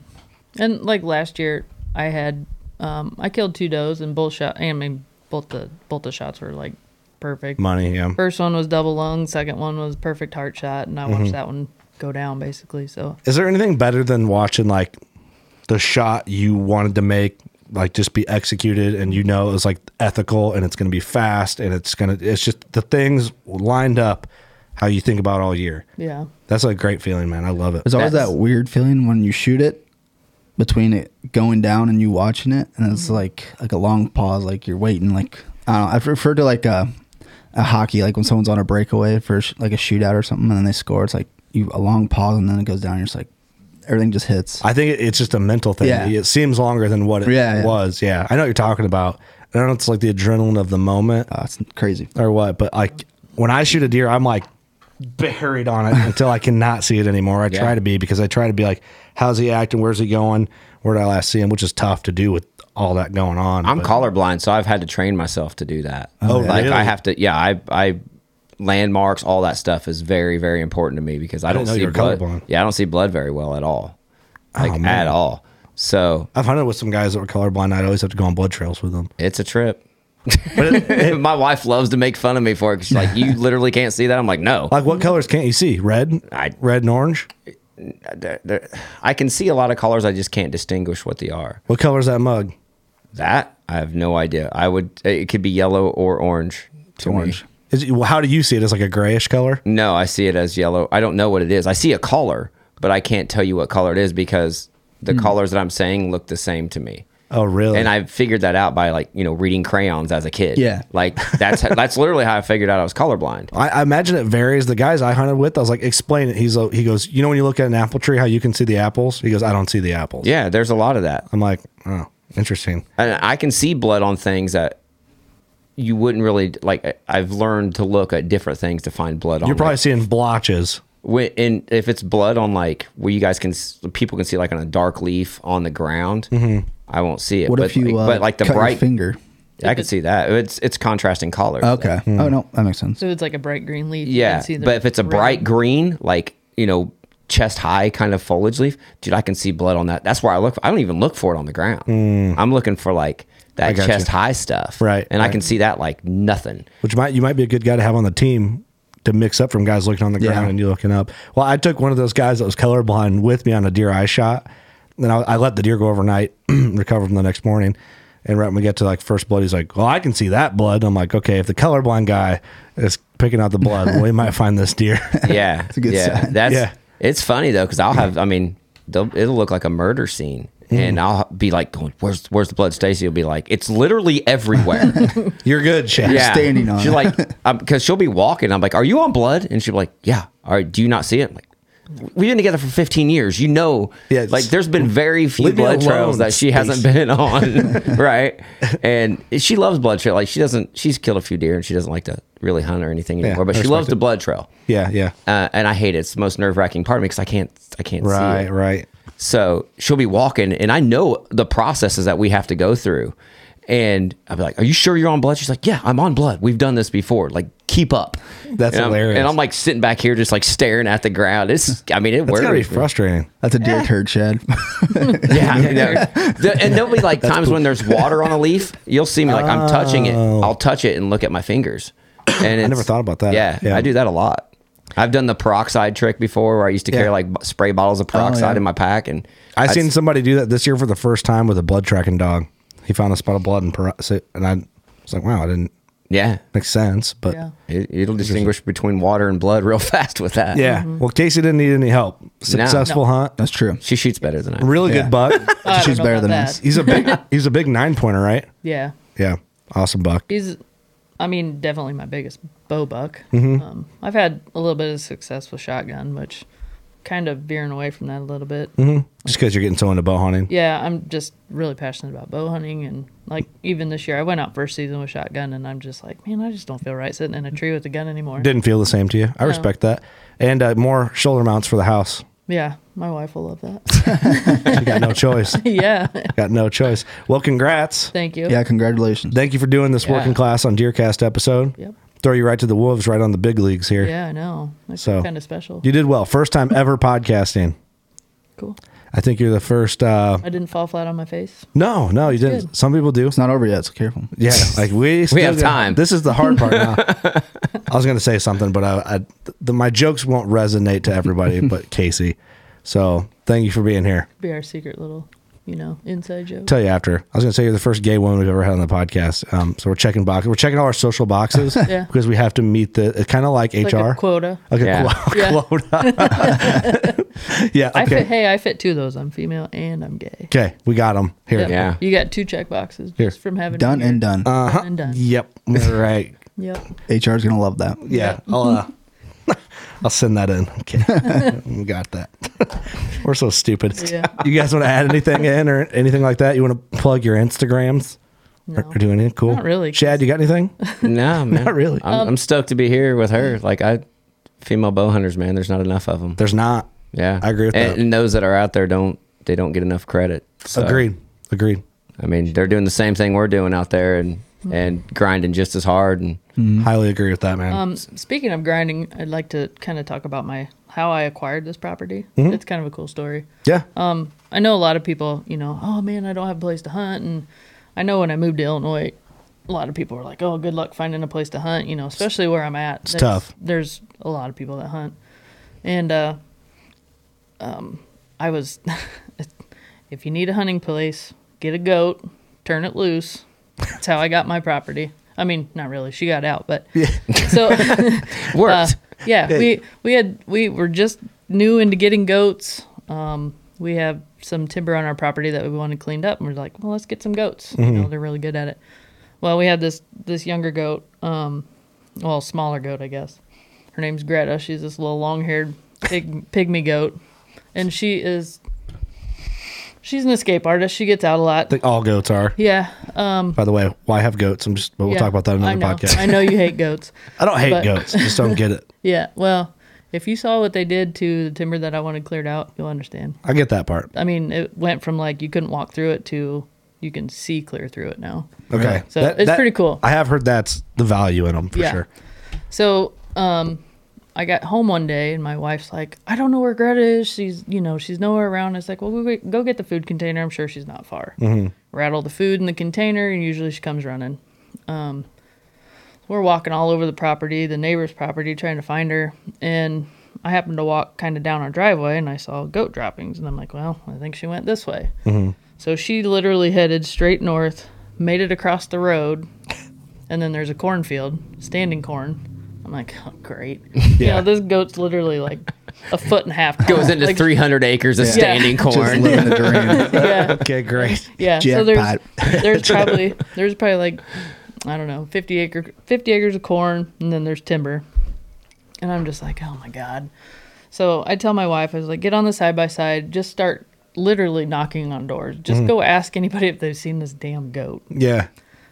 [SPEAKER 4] And like last year, I had um, I killed two does and both shot. I mean, both the both the shots were like perfect.
[SPEAKER 1] money. Yeah,
[SPEAKER 4] First one was double lung. Second one was perfect heart shot, and I
[SPEAKER 3] Mm-hmm.
[SPEAKER 4] watched that one go down basically. So
[SPEAKER 1] is there anything better than watching like the shot you wanted to make? Like just be executed, and you know it was like ethical, and it's going to be fast, and it's going to—it's just the things lined up how you think about all year.
[SPEAKER 4] yeah,
[SPEAKER 1] That's a great feeling, man. I love it.
[SPEAKER 2] there's always
[SPEAKER 3] That's-
[SPEAKER 2] that weird feeling when you shoot it between it going down and you watching it, and it's like like a long pause, like you're waiting. Like I don't know, I've referred to like a a hockey, like when someone's on a breakaway for a sh- like a shootout or something, and then they score. It's like you a long pause, and then it goes down. And you're just like everything just hits.
[SPEAKER 1] I think it- it's just a mental thing.
[SPEAKER 2] Yeah.
[SPEAKER 1] It seems longer than what it
[SPEAKER 2] Yeah, yeah.
[SPEAKER 1] was. Yeah. I know what you're talking about. I don't know if it's like the adrenaline of the moment
[SPEAKER 2] Oh, it's crazy.
[SPEAKER 1] or what, but like when I shoot a deer, I'm like buried on it until I cannot see it anymore. I
[SPEAKER 3] Yeah.
[SPEAKER 1] try to be because I try to be like, how's he acting? Where's he going? Where did I last see him? Which is tough to do with all that going on.
[SPEAKER 3] I'm
[SPEAKER 1] but-
[SPEAKER 3] colorblind, so I've had to train myself to do that.
[SPEAKER 1] Oh,
[SPEAKER 3] like
[SPEAKER 1] really?
[SPEAKER 3] I have to. Yeah, I I landmarks, all that stuff is very very important to me because I,
[SPEAKER 1] didn't know
[SPEAKER 3] don't see
[SPEAKER 1] you were
[SPEAKER 3] blood.
[SPEAKER 1] colorblind. Oh,
[SPEAKER 3] Yeah, I don't see blood very well at all, like
[SPEAKER 1] man.
[SPEAKER 3] at all. So
[SPEAKER 1] I've hunted with some guys that were colorblind. I'd always have to go on blood trails with them.
[SPEAKER 3] It's a trip. my wife loves to make fun of me for it. 'cause She's like, you literally can't see that. I'm like, no,
[SPEAKER 1] Like, what colors can't you see? Red,
[SPEAKER 3] I-
[SPEAKER 1] red and orange.
[SPEAKER 3] There- there- I can see a lot of colors. I just can't distinguish what they are.
[SPEAKER 1] What color's that mug?
[SPEAKER 3] That I have no idea. I would. It could be yellow or orange.
[SPEAKER 2] It's
[SPEAKER 3] to me.
[SPEAKER 2] orange.
[SPEAKER 1] Is it, well, how do you see it? It's like a grayish color.
[SPEAKER 3] No, I see it as yellow. I don't know what it is. I see a color, but I can't tell you what color it is because the
[SPEAKER 2] Hmm.
[SPEAKER 3] colors that I'm saying look the same to me.
[SPEAKER 1] Oh, really?
[SPEAKER 3] And I figured that out by like you know reading crayons as a kid.
[SPEAKER 2] Yeah.
[SPEAKER 3] like that's that's literally how I figured out I was colorblind.
[SPEAKER 1] I, I imagine it varies. The guys I hunted with, I was like, explain it. He's like, he goes, you know, when you look at an apple tree, how you can see the apples. He goes, I don't see the apples.
[SPEAKER 3] Yeah, there's a lot of that.
[SPEAKER 1] I'm like, oh, interesting.
[SPEAKER 3] and I can see blood on things that you wouldn't really like. I- I've learned to look at different things to find blood on.
[SPEAKER 1] You're probably
[SPEAKER 3] like,
[SPEAKER 1] seeing blotches.
[SPEAKER 3] when, and if it's blood on like where you guys can s- people can see like on a dark leaf on the ground. I won't see it.
[SPEAKER 2] Mm-hmm. What
[SPEAKER 3] but
[SPEAKER 2] if you
[SPEAKER 3] like,
[SPEAKER 2] uh,
[SPEAKER 3] but like the
[SPEAKER 2] cut
[SPEAKER 3] bright
[SPEAKER 2] your finger?
[SPEAKER 3] I could see that. It's it's contrasting colors.
[SPEAKER 2] Okay.
[SPEAKER 3] Hmm.
[SPEAKER 2] Oh no, that makes sense.
[SPEAKER 4] So it's like a bright green leaf. you can
[SPEAKER 3] Yeah,
[SPEAKER 4] see the
[SPEAKER 3] but if it's a
[SPEAKER 4] red.
[SPEAKER 3] bright green, like you know, chest high kind of foliage leaf, dude, I can see blood on that. That's where I look. For, I don't even look for it on the ground. I'm looking for like that
[SPEAKER 1] Hmm. got
[SPEAKER 3] chest
[SPEAKER 1] you.
[SPEAKER 3] high stuff,
[SPEAKER 1] Right,
[SPEAKER 3] And I
[SPEAKER 1] right.
[SPEAKER 3] can see that like nothing.
[SPEAKER 1] which might you might be a good guy to have on the team to mix up from guys looking on the
[SPEAKER 2] Yeah.
[SPEAKER 1] ground and you looking up. Well, I took one of those guys that was colorblind with me on a deer eye shot. Then I, I let the deer go overnight, recover from the next morning. And right when we get to like first blood, he's like, "Well, I can see that blood." I'm like, "Okay, if the colorblind guy is picking out the blood, well, we might find this deer."
[SPEAKER 3] Yeah, it's
[SPEAKER 2] a good
[SPEAKER 3] yeah.
[SPEAKER 2] sign.
[SPEAKER 3] That's
[SPEAKER 1] Yeah.
[SPEAKER 3] it's funny though because I'll have. I mean, they'll- it'll look like a murder scene. And I'll be like, going, "Where's where's the blood?" Stacy will be like, "It's literally everywhere."
[SPEAKER 1] You're good, Shaq.
[SPEAKER 3] yeah.
[SPEAKER 2] standing on
[SPEAKER 3] She's
[SPEAKER 2] it.
[SPEAKER 3] like, because she'll be walking. I'm like, are you on blood? And she'll be like, yeah. All right, do you not see it? I'm like, we've been together for 15 years. You know,
[SPEAKER 1] Yeah,
[SPEAKER 3] like
[SPEAKER 1] just-
[SPEAKER 3] there's been very few
[SPEAKER 1] Leave me
[SPEAKER 3] blood trails
[SPEAKER 1] alone,
[SPEAKER 3] that she hasn't been on, right? And she loves blood trail. Like she doesn't, she's killed a few deer and she doesn't like to really hunt or anything anymore. but
[SPEAKER 1] I
[SPEAKER 3] she
[SPEAKER 1] respect
[SPEAKER 3] loves
[SPEAKER 1] it.
[SPEAKER 3] the blood trail.
[SPEAKER 1] yeah, yeah.
[SPEAKER 3] Uh, and I hate it. It's the most nerve wracking part of me because I can't, I can't see
[SPEAKER 1] Right,
[SPEAKER 3] it.
[SPEAKER 1] right.
[SPEAKER 3] So she'll be walking, and I know the processes that we have to go through. And I'll be like, Are you sure you're on blood? She's like, Yeah, I'm on blood. We've done this before. Like, keep up.
[SPEAKER 1] That's
[SPEAKER 3] and I'm-
[SPEAKER 1] hilarious.
[SPEAKER 3] and I'm like sitting back here, just like staring at the ground. It's, I mean, it
[SPEAKER 1] That's gotta be
[SPEAKER 3] worries. me.
[SPEAKER 1] frustrating.
[SPEAKER 2] That's a deer turd shed.
[SPEAKER 3] Yeah, I know. The- and there'll be like times when there's water on a leaf. You'll see me like I'm touching it. I'll touch it and look at my fingers. And I
[SPEAKER 1] Oh. never thought about that.
[SPEAKER 3] Yeah,
[SPEAKER 1] Yeah.
[SPEAKER 3] I do that a lot. I've done the peroxide trick before, where I used to carry
[SPEAKER 1] Yeah. Oh,
[SPEAKER 3] like b- spray bottles of peroxide in my pack, and
[SPEAKER 1] I
[SPEAKER 3] I'd
[SPEAKER 1] seen somebody do that this year for the first time with a blood tracking dog. He found a spot of blood and per- and I was like, "Wow, I didn't
[SPEAKER 3] Yeah,
[SPEAKER 1] makes sense, but
[SPEAKER 4] Yeah.
[SPEAKER 1] yeah.
[SPEAKER 3] It, it'll distinguish between water and blood real fast with that.
[SPEAKER 1] Mm-hmm. Well, Casey didn't need any help. Successful hunt,
[SPEAKER 2] That's true.
[SPEAKER 3] She shoots better than I. do.
[SPEAKER 1] really
[SPEAKER 2] Yeah.
[SPEAKER 1] good buck.
[SPEAKER 4] I don't
[SPEAKER 2] She's
[SPEAKER 4] know
[SPEAKER 2] better
[SPEAKER 4] about
[SPEAKER 2] than
[SPEAKER 4] that.
[SPEAKER 2] us.
[SPEAKER 1] He's a big, he's a big nine pointer, right?
[SPEAKER 4] Yeah.
[SPEAKER 1] Yeah, awesome buck.
[SPEAKER 4] He's, I mean, definitely my biggest bow buck.
[SPEAKER 3] Mm-hmm.
[SPEAKER 4] Um, I've had a little bit of success with shotgun, which kind of veering away from that a little bit.
[SPEAKER 1] Just because you're getting so into bow hunting,
[SPEAKER 4] Yeah, I'm just really passionate about bow hunting. And like, even this year, I went out first season with shotgun, and I'm just like, man, I just don't feel right sitting in a tree with a gun anymore.
[SPEAKER 1] didn't feel the same to you. I respect that, and uh, more shoulder mounts for the house.
[SPEAKER 4] yeah, my wife will love that.
[SPEAKER 1] You got no choice.
[SPEAKER 4] yeah.
[SPEAKER 1] got no choice. Well, congrats.
[SPEAKER 4] Thank you.
[SPEAKER 2] Yeah, congratulations.
[SPEAKER 1] Thank you for doing this
[SPEAKER 4] Yeah.
[SPEAKER 1] working class on Deercast episode.
[SPEAKER 4] Yep.
[SPEAKER 1] Throw you right to the wolves, right on the big leagues here.
[SPEAKER 4] Yeah, I know. That's
[SPEAKER 1] So-
[SPEAKER 4] kind of special.
[SPEAKER 1] You did well. First time ever podcasting.
[SPEAKER 4] cool.
[SPEAKER 1] I think you're the first. Uh,
[SPEAKER 4] I didn't fall flat on my face.
[SPEAKER 1] no, no, you didn't.
[SPEAKER 4] Good.
[SPEAKER 1] Some people do.
[SPEAKER 2] It's not over yet, so careful.
[SPEAKER 1] Yeah, like we still
[SPEAKER 3] have
[SPEAKER 1] got-
[SPEAKER 3] time.
[SPEAKER 1] This is the hard part now. I was gonna say something, but I, I the, my jokes won't resonate to everybody but Casey. So thank you for being here.
[SPEAKER 4] Be our secret little, you know, inside joke.
[SPEAKER 1] Tell you after. I was gonna say you're the first gay woman we've ever had on the podcast. Um, so we're checking boxes. We're checking all our social boxes
[SPEAKER 4] Yeah.
[SPEAKER 1] because we have to meet the kind of like
[SPEAKER 4] It's
[SPEAKER 1] HR.
[SPEAKER 4] Like a quota.
[SPEAKER 1] Like a
[SPEAKER 3] Yeah.
[SPEAKER 1] quo-
[SPEAKER 4] Yeah.
[SPEAKER 1] quota. yeah.
[SPEAKER 4] I fit,
[SPEAKER 1] Okay.
[SPEAKER 4] hey, I fit two of those. I'm female and I'm gay.
[SPEAKER 1] Okay. We got them here.
[SPEAKER 4] Yep.
[SPEAKER 3] Yeah.
[SPEAKER 4] You got two check boxes
[SPEAKER 1] Here.
[SPEAKER 4] just from having
[SPEAKER 2] Done
[SPEAKER 4] me here.
[SPEAKER 2] and done.
[SPEAKER 4] Done and done.
[SPEAKER 1] Yep. All right.
[SPEAKER 4] Yep.
[SPEAKER 2] HR's gonna love that.
[SPEAKER 1] Yeah, I'll uh, I'll send that in. Okay, We got that. We're so stupid.
[SPEAKER 4] Yeah.
[SPEAKER 1] You guys want to add anything in or anything like that? You want to plug your Instagrams
[SPEAKER 4] No.
[SPEAKER 1] or, or do anything cool?
[SPEAKER 4] Not really.
[SPEAKER 1] Chad, you got anything?
[SPEAKER 3] No, man.
[SPEAKER 1] Not really.
[SPEAKER 3] I'm, I'm stoked to be here with her. Like I, female bow hunters, man. There's not enough of them.
[SPEAKER 1] There's not.
[SPEAKER 3] Yeah,
[SPEAKER 1] I agree with
[SPEAKER 3] and,
[SPEAKER 1] that.
[SPEAKER 3] And those that are out there don't they don't get enough credit. So,
[SPEAKER 1] Agreed. Agreed.
[SPEAKER 3] I mean, they're doing the same thing we're doing out there and and grinding just as hard. And
[SPEAKER 1] Highly agree with that, man.
[SPEAKER 4] Um, s- speaking of grinding, I'd like to kind of talk about my how I acquired this property. It's kind of a cool story.
[SPEAKER 1] yeah.
[SPEAKER 4] um, I know a lot of people, you know, oh man, I don't have a place to hunt. And I know when I moved to Illinois, a lot of people were like, oh, good luck finding a place to hunt, you know, especially where I'm at. It's
[SPEAKER 1] tough.
[SPEAKER 4] There's a lot of people that hunt. And uh, um, I was, if you need a hunting place, get a goat, turn it loose. That's how I got my property. I mean, not really. She got out, but so
[SPEAKER 3] worked.
[SPEAKER 4] uh, yeah, we we had we were just new into getting goats. Um, we have some timber on our property that we wanted cleaned up, and we're like, well, let's get some goats.
[SPEAKER 1] Mm-hmm.
[SPEAKER 4] You know, they're really good at it. Well, we had this this younger goat, um, well, smaller goat, I guess. Her name's Greta. She's this little long haired pig, pygmy goat, and she is she's an escape artist. She gets out a lot.
[SPEAKER 1] I think all goats are.
[SPEAKER 4] yeah, uh,
[SPEAKER 1] By the way, why have goats? I'm just, but we'll
[SPEAKER 4] yeah.
[SPEAKER 1] talk about that in
[SPEAKER 4] I
[SPEAKER 1] another
[SPEAKER 4] know.
[SPEAKER 1] podcast.
[SPEAKER 4] I know you hate goats.
[SPEAKER 1] I don't hate
[SPEAKER 4] But-
[SPEAKER 1] goats. Just don't get it.
[SPEAKER 4] Yeah, well, if you saw what they did to the timber that I wanted cleared out, you'll understand.
[SPEAKER 1] I get that part.
[SPEAKER 4] I mean, it went from like you couldn't walk through it to you can see clear through it now.
[SPEAKER 1] Okay.
[SPEAKER 4] So it's pretty cool.
[SPEAKER 1] I have heard that's the value in them for
[SPEAKER 4] Yeah.
[SPEAKER 1] sure.
[SPEAKER 4] So, um, I got home one day and my wife's like, I don't know where Greta is. She's, you know, she's nowhere around. It's like, well, we, we- go get the food container. I'm sure she's not far. Rattle the food in the container, and usually she comes running. Um, we're walking all over the property, the neighbor's property, trying to find her. And I happened to walk kind of down our driveway and I saw goat droppings. And I'm like, well, I think she went this way. So she literally headed straight north, made it across the road, and then there's a cornfield, standing corn. I'm like, oh, great. You know, this goat's literally like a foot and a half. Tall.
[SPEAKER 3] Goes into
[SPEAKER 4] Like,
[SPEAKER 3] 300 acres of standing
[SPEAKER 2] Just
[SPEAKER 3] corn.
[SPEAKER 2] living the dream.
[SPEAKER 4] Yeah,
[SPEAKER 1] Okay, great.
[SPEAKER 4] yeah. So
[SPEAKER 2] Jackpot.
[SPEAKER 4] there's there's probably there's probably like I don't know, 50 acre 50 acres of corn, and then there's timber, and I'm just like, oh my god. So I tell my wife, I was like, get on the side by side, just start literally knocking on doors,
[SPEAKER 3] Mm.
[SPEAKER 4] just go ask anybody if they've seen this damn goat.
[SPEAKER 1] Yeah.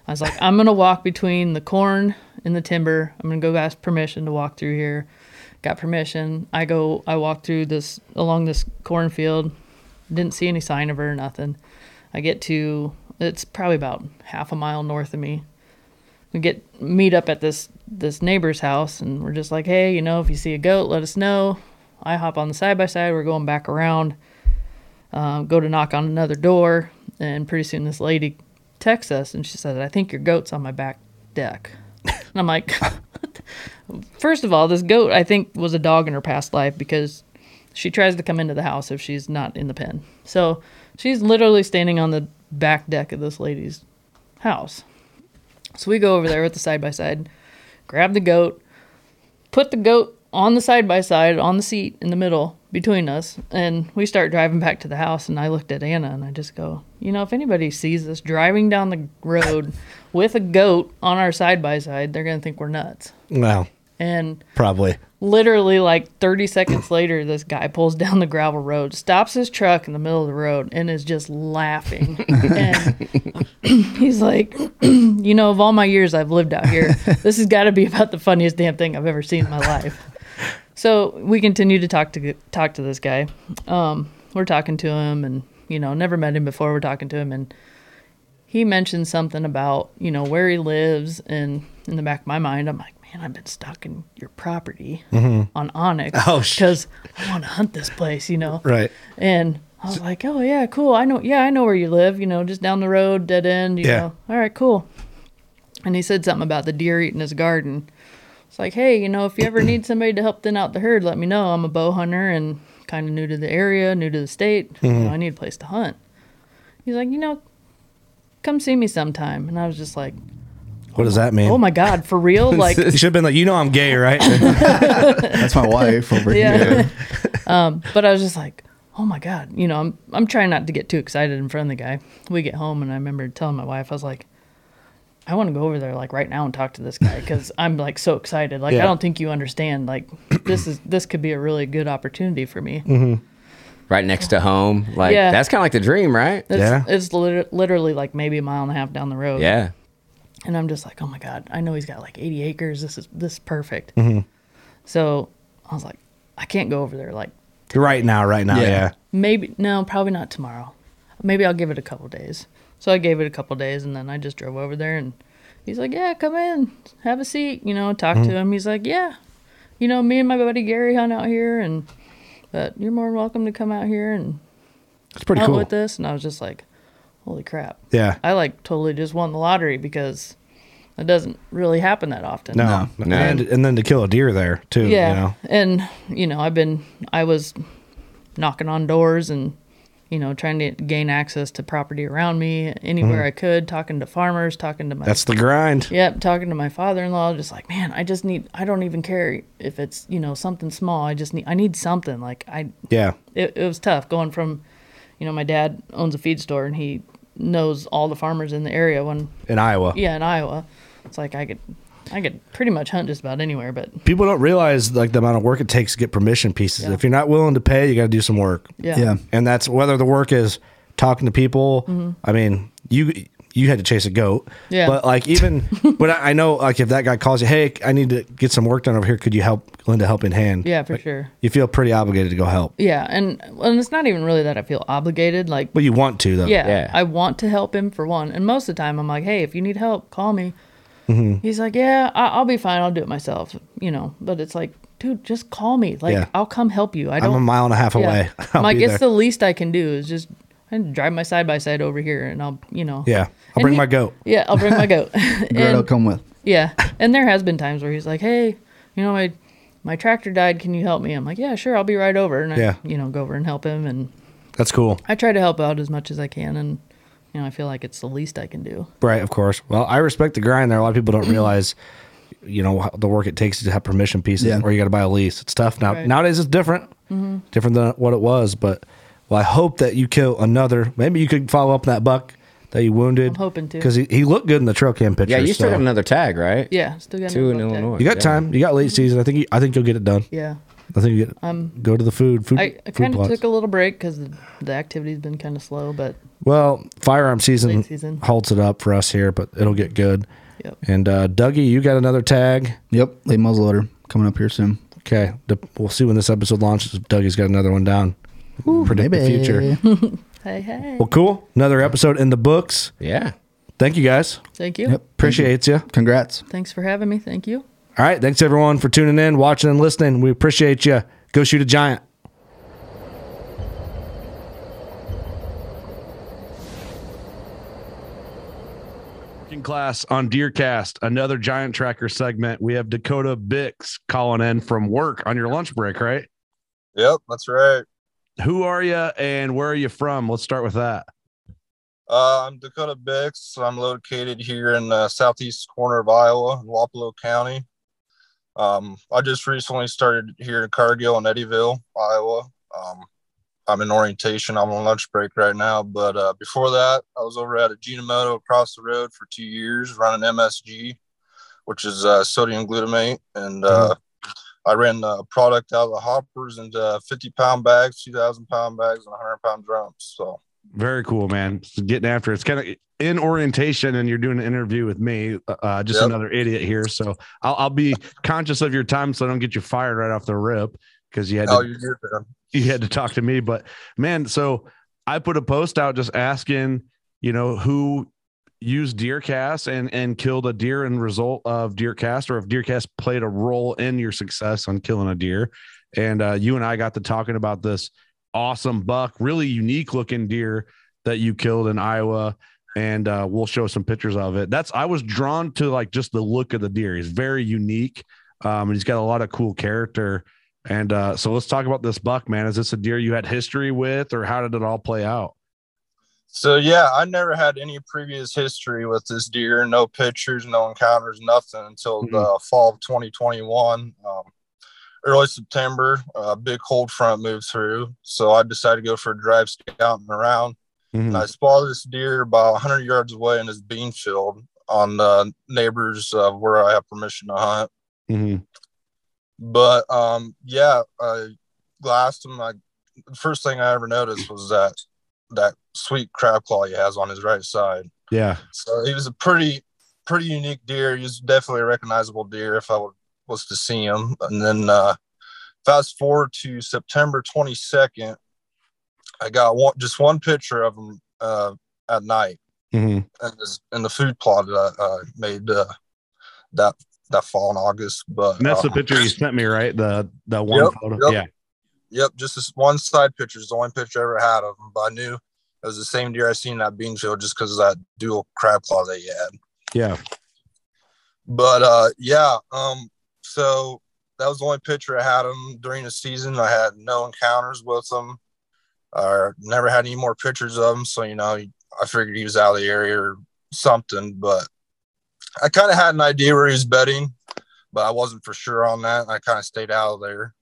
[SPEAKER 4] I was like, I'm gonna walk between the corn and the timber. I'm gonna go ask permission to walk through here. Got permission. I go. I walk through this along this cornfield. Didn't see any sign of her or nothing. I get to. It's probably about half a mile north of me. We get meet up at this this neighbor's house, and we're just like, hey, you know, if you see a goat, let us know. I hop on the side by side. We're going back around um, go to knock on another door, and pretty soon this lady texts us and she says, "I think your goat's on my back deck." and I'm like, first of all, this goat I think was a dog in her past life because she tries to come into the house if she's not in the pen. So she's literally standing on the back deck of this lady's house. So we go over there with the side by side, grab the goat, put the goat on the side by side on the seat in the middle between us and we start driving back to the house and i looked at anna and i just go you know if anybody sees us driving down the road with a goat on our side by side they're going to think we're nuts
[SPEAKER 1] Well,
[SPEAKER 4] and
[SPEAKER 1] probably.
[SPEAKER 4] literally like 30 seconds later this guy pulls down the gravel road stops his truck in the middle of the road and is just laughing and he's like you know of all my years i've lived out here this has got to be about the funniest damn thing i've ever seen in my life so we continue to talk to talk to this guy um, we're talking to him and you know never met him before we're talking to him and he mentioned something about you know where he lives and in the back of my mind i'm like man i've been stalking your property on onyx
[SPEAKER 1] Oh, sh-
[SPEAKER 4] because i want to hunt this place you know
[SPEAKER 1] Right.
[SPEAKER 4] and i was like oh yeah cool i know yeah i know where you live you know just down the road dead end you
[SPEAKER 1] Yeah.
[SPEAKER 4] know all right cool and he said something about the deer eating his garden it's like hey you know if you ever need somebody to help thin out the herd let me know i'm a bow hunter and kind of new to the area new to the state you know, i need a place to hunt he's like you know come see me sometime. And I was just like,
[SPEAKER 1] What does that mean?
[SPEAKER 4] oh my God, for real? Like,
[SPEAKER 1] You should have been like, you know, I'm gay, right?
[SPEAKER 2] That's my wife over here.
[SPEAKER 4] yeah. um, but I was just like, oh my God, you know, I'm, I'm trying not to get too excited in front of the guy. We get home and I remember telling my wife, I was like, I want to go over there like right now and talk to this guy because I'm like so excited. Like,
[SPEAKER 1] Yeah.
[SPEAKER 4] I don't think you understand. Like, this is, this could be a really good opportunity for me.
[SPEAKER 1] Mm-hmm.
[SPEAKER 3] right next to home. Like
[SPEAKER 4] Yeah.
[SPEAKER 3] that's kind of like the dream, right?
[SPEAKER 4] It's,
[SPEAKER 1] Yeah.
[SPEAKER 4] it's lit- literally like maybe a mile and a half down the road.
[SPEAKER 3] Yeah.
[SPEAKER 4] and I'm just like, oh my god, I know he's got like 80 acres. This is this is perfect.
[SPEAKER 1] Mm-hmm.
[SPEAKER 4] So I was like, I can't go over there. Like
[SPEAKER 1] right now, right now. Yeah.
[SPEAKER 2] Yeah.
[SPEAKER 4] maybe no, probably not tomorrow. Maybe I'll give it a couple days. So I gave it a couple days, and then I just drove over there, and he's like, yeah, come in, have a seat. You know, talk
[SPEAKER 1] Mm-hmm.
[SPEAKER 4] to him. He's like, yeah, you know, me and my buddy Gary hunt out here, and but you're more than welcome to come out here and
[SPEAKER 1] It's pretty
[SPEAKER 4] hunt
[SPEAKER 1] cool.
[SPEAKER 4] with us. And I was just like, holy crap.
[SPEAKER 1] Yeah.
[SPEAKER 4] I like totally just won the lottery because it doesn't really happen that often.
[SPEAKER 1] No.
[SPEAKER 3] No.
[SPEAKER 1] And, and then to kill a deer there, too.
[SPEAKER 4] Yeah.
[SPEAKER 1] You know?
[SPEAKER 4] And, you know, I've been, I was knocking on doors and, you know, trying to gain access to property around me anywhere I could, talking to farmers, talking to my,
[SPEAKER 1] That's the grind.
[SPEAKER 4] yep, talking to my father in law, just like, man, I just need, I don't even care if it's, you know, something small. I just need, I need something. Like, I,
[SPEAKER 1] Yeah.
[SPEAKER 4] it, it was tough going from, you know, my dad owns a feed store and he knows all the farmers in the area when
[SPEAKER 1] in Iowa.
[SPEAKER 4] yeah, in Iowa. It's like I could I could pretty much hunt just about anywhere, but
[SPEAKER 1] People don't realize like the amount of work it takes to get permission pieces.
[SPEAKER 4] Yeah.
[SPEAKER 1] If you're not willing to pay, you got to do some work.
[SPEAKER 4] yeah.
[SPEAKER 2] Yeah.
[SPEAKER 1] and that's whether the work is talking to people. I mean, you you had to chase a goat,
[SPEAKER 4] Mm-hmm. Yeah.
[SPEAKER 1] But like even, but I, I know like if that guy calls you, hey, I need to get some work done over here. Could you help lend a helping hand?
[SPEAKER 4] Yeah, for
[SPEAKER 1] Like,
[SPEAKER 4] sure.
[SPEAKER 1] You feel pretty obligated to go help,
[SPEAKER 4] Yeah, and and it's not even really that I feel obligated like
[SPEAKER 1] but you want to though.
[SPEAKER 4] yeah,
[SPEAKER 3] Yeah.
[SPEAKER 4] I want to help him for one. And most of the time, I'm like, hey, if you need help, call me.
[SPEAKER 1] Mm-hmm.
[SPEAKER 4] He's like, yeah, I- I'll be fine. I'll do it myself, you know. But it's like, dude, just call me. Like,
[SPEAKER 1] Yeah.
[SPEAKER 4] I'll come help you. I
[SPEAKER 1] I'm
[SPEAKER 4] don't.
[SPEAKER 1] a mile and a half
[SPEAKER 4] yeah.
[SPEAKER 1] away.
[SPEAKER 4] I'm
[SPEAKER 1] I'll
[SPEAKER 4] like,
[SPEAKER 1] be
[SPEAKER 4] it's
[SPEAKER 1] there.
[SPEAKER 4] the least I can do is just I can drive my side by side over here, and I'll, you know.
[SPEAKER 1] yeah. I'll
[SPEAKER 4] And
[SPEAKER 1] bring
[SPEAKER 4] he-
[SPEAKER 1] my goat.
[SPEAKER 4] Yeah, I'll bring my goat.
[SPEAKER 2] Girl,
[SPEAKER 4] And-
[SPEAKER 2] come with.
[SPEAKER 4] yeah, and there has been times where he's like, "Hey, you know my my tractor died. Can you help me?" I'm like, "Yeah, sure. I'll be right over." And I,
[SPEAKER 1] Yeah.
[SPEAKER 4] you know, go over and help him, and
[SPEAKER 1] That's cool,
[SPEAKER 4] I try to help out as much as I can, and you know, I feel like it's the least I can do.
[SPEAKER 1] right? Of course. Well, I respect the grind there. A lot of people don't realize. You know how- the work it takes to have permission pieces,
[SPEAKER 2] Yeah.
[SPEAKER 1] or you got to buy a lease. It's tough now.
[SPEAKER 4] Right.
[SPEAKER 1] Nowadays, it's different,
[SPEAKER 4] Mm-hmm.
[SPEAKER 1] different than what it was. But well, I hope that you kill another. Maybe you could follow up that buck that you wounded.
[SPEAKER 4] I'm hoping to.
[SPEAKER 1] because he, he looked good in the trail cam picture.
[SPEAKER 3] Yeah, you still
[SPEAKER 1] so-
[SPEAKER 3] got another tag, right?
[SPEAKER 4] Yeah, still got
[SPEAKER 3] Two in
[SPEAKER 4] another book
[SPEAKER 3] Illinois.
[SPEAKER 4] tag.
[SPEAKER 1] You got time. You got late season. I think you, I think you'll get it done.
[SPEAKER 4] Yeah,
[SPEAKER 1] I think you get go to the food food.
[SPEAKER 4] Um, I, I
[SPEAKER 1] food
[SPEAKER 4] kind of
[SPEAKER 1] plots.
[SPEAKER 4] took a little break because the, the activity's been kind of slow, but
[SPEAKER 1] well firearm season,
[SPEAKER 4] Late season.
[SPEAKER 1] holds it up for us here, but it'll get good.
[SPEAKER 4] Yep.
[SPEAKER 1] And uh, Dougie, you got another tag.
[SPEAKER 2] Yep. Late muzzleloader coming up here soon.
[SPEAKER 1] Okay, the, we'll see when this episode launches. if Dougie's got another one down. Predict the
[SPEAKER 2] maybe.
[SPEAKER 1] future.
[SPEAKER 4] hey, hey,
[SPEAKER 1] Well, cool. Another episode in the books.
[SPEAKER 3] Yeah.
[SPEAKER 1] Thank you guys.
[SPEAKER 4] thank you.
[SPEAKER 2] Yep.
[SPEAKER 1] Appreciate you.
[SPEAKER 2] Congrats.
[SPEAKER 4] Thanks for having me. Thank you.
[SPEAKER 1] All right. Thanks everyone for tuning in, watching, and listening. We appreciate you. Go shoot a giant. Working class on Deercast, another giant tracker segment. We have Dakota Bix calling in from work on your lunch break, right?
[SPEAKER 5] Yep, that's right.
[SPEAKER 1] Who are you and where are you from? Let's start with that.
[SPEAKER 5] Uh, I'm Dakota Bix. I'm located here in the southeast corner of Iowa, in Wapello County. Um, I just recently started here in Cargill and Eddyville, Iowa. Um, I'm in orientation. I'm on lunch break right now. But uh, before that, I was over at Ajinomoto across the road for two years running MSG, which is uh, sodium glutamate. And uh, I ran the product out of the hoppers into 50 pound bags, 2,000 pound bags, and 100 pound drums. So.
[SPEAKER 1] Very cool, man. It's Getting after it. it's kind of in orientation, and you're doing an interview with me, uh, just
[SPEAKER 5] Yep.
[SPEAKER 1] another idiot here. So I'll, I'll be conscious of your time, so I don't get you fired right off the rip because you had
[SPEAKER 5] Oh,
[SPEAKER 1] to,
[SPEAKER 5] you did, man.
[SPEAKER 1] you had to talk to me. But man, so I put a post out just asking, you know, who used DeerCast and and killed a deer in result of DeerCast, or if DeerCast played a role in your success on killing a deer. And uh, you and I got to talking about this awesome buck, really unique looking deer that you killed in Iowa. And uh, we'll show some pictures of it. That's I was drawn to like just the look of the deer. He's very unique, um, and he's got a lot of cool character. And uh, so let's talk about this buck, man. Is this a deer you had history with, or how did it all play out?
[SPEAKER 5] So yeah, I never had any previous history with this deer. No pictures, no encounters, nothing until
[SPEAKER 1] Mm-hmm.
[SPEAKER 5] the fall of 2021. Um, early September, a big cold front moved through, so I decided to go for a drive scouting around.
[SPEAKER 1] Mm-hmm.
[SPEAKER 5] And I spotted this deer about 100 yards away in his bean field on the neighbors uh, where I have permission to hunt.
[SPEAKER 1] Mhm.
[SPEAKER 5] but um yeah i glassed him i first thing i ever noticed was that that sweet crab claw he has on his right side
[SPEAKER 1] Yeah.
[SPEAKER 5] so he was a pretty pretty unique deer he was definitely a recognizable deer if i would, was to see him and then uh fast forward to september 22nd i got one just one picture of him uh at night
[SPEAKER 1] Mhm.
[SPEAKER 5] and this in the food plot that i uh, made uh that that fall in august but
[SPEAKER 1] And that's the
[SPEAKER 5] um,
[SPEAKER 1] picture you sent me, right? The the one
[SPEAKER 5] Yep,
[SPEAKER 1] photo.
[SPEAKER 5] yep. Yep, just this one side picture is the only picture I ever had of him. But I knew it was the same deer I seen in that bean field just because of that dual crab claw that he had.
[SPEAKER 1] Yeah. Yeah.
[SPEAKER 5] But uh, yeah, um, so that was the only picture I had of him during the season. I had no encounters with him, or never had any more pictures of him. So you know, I figured he was out of the area or something. But I kind of had an idea where he was betting, but I wasn't for sure on that. I kind of stayed out of there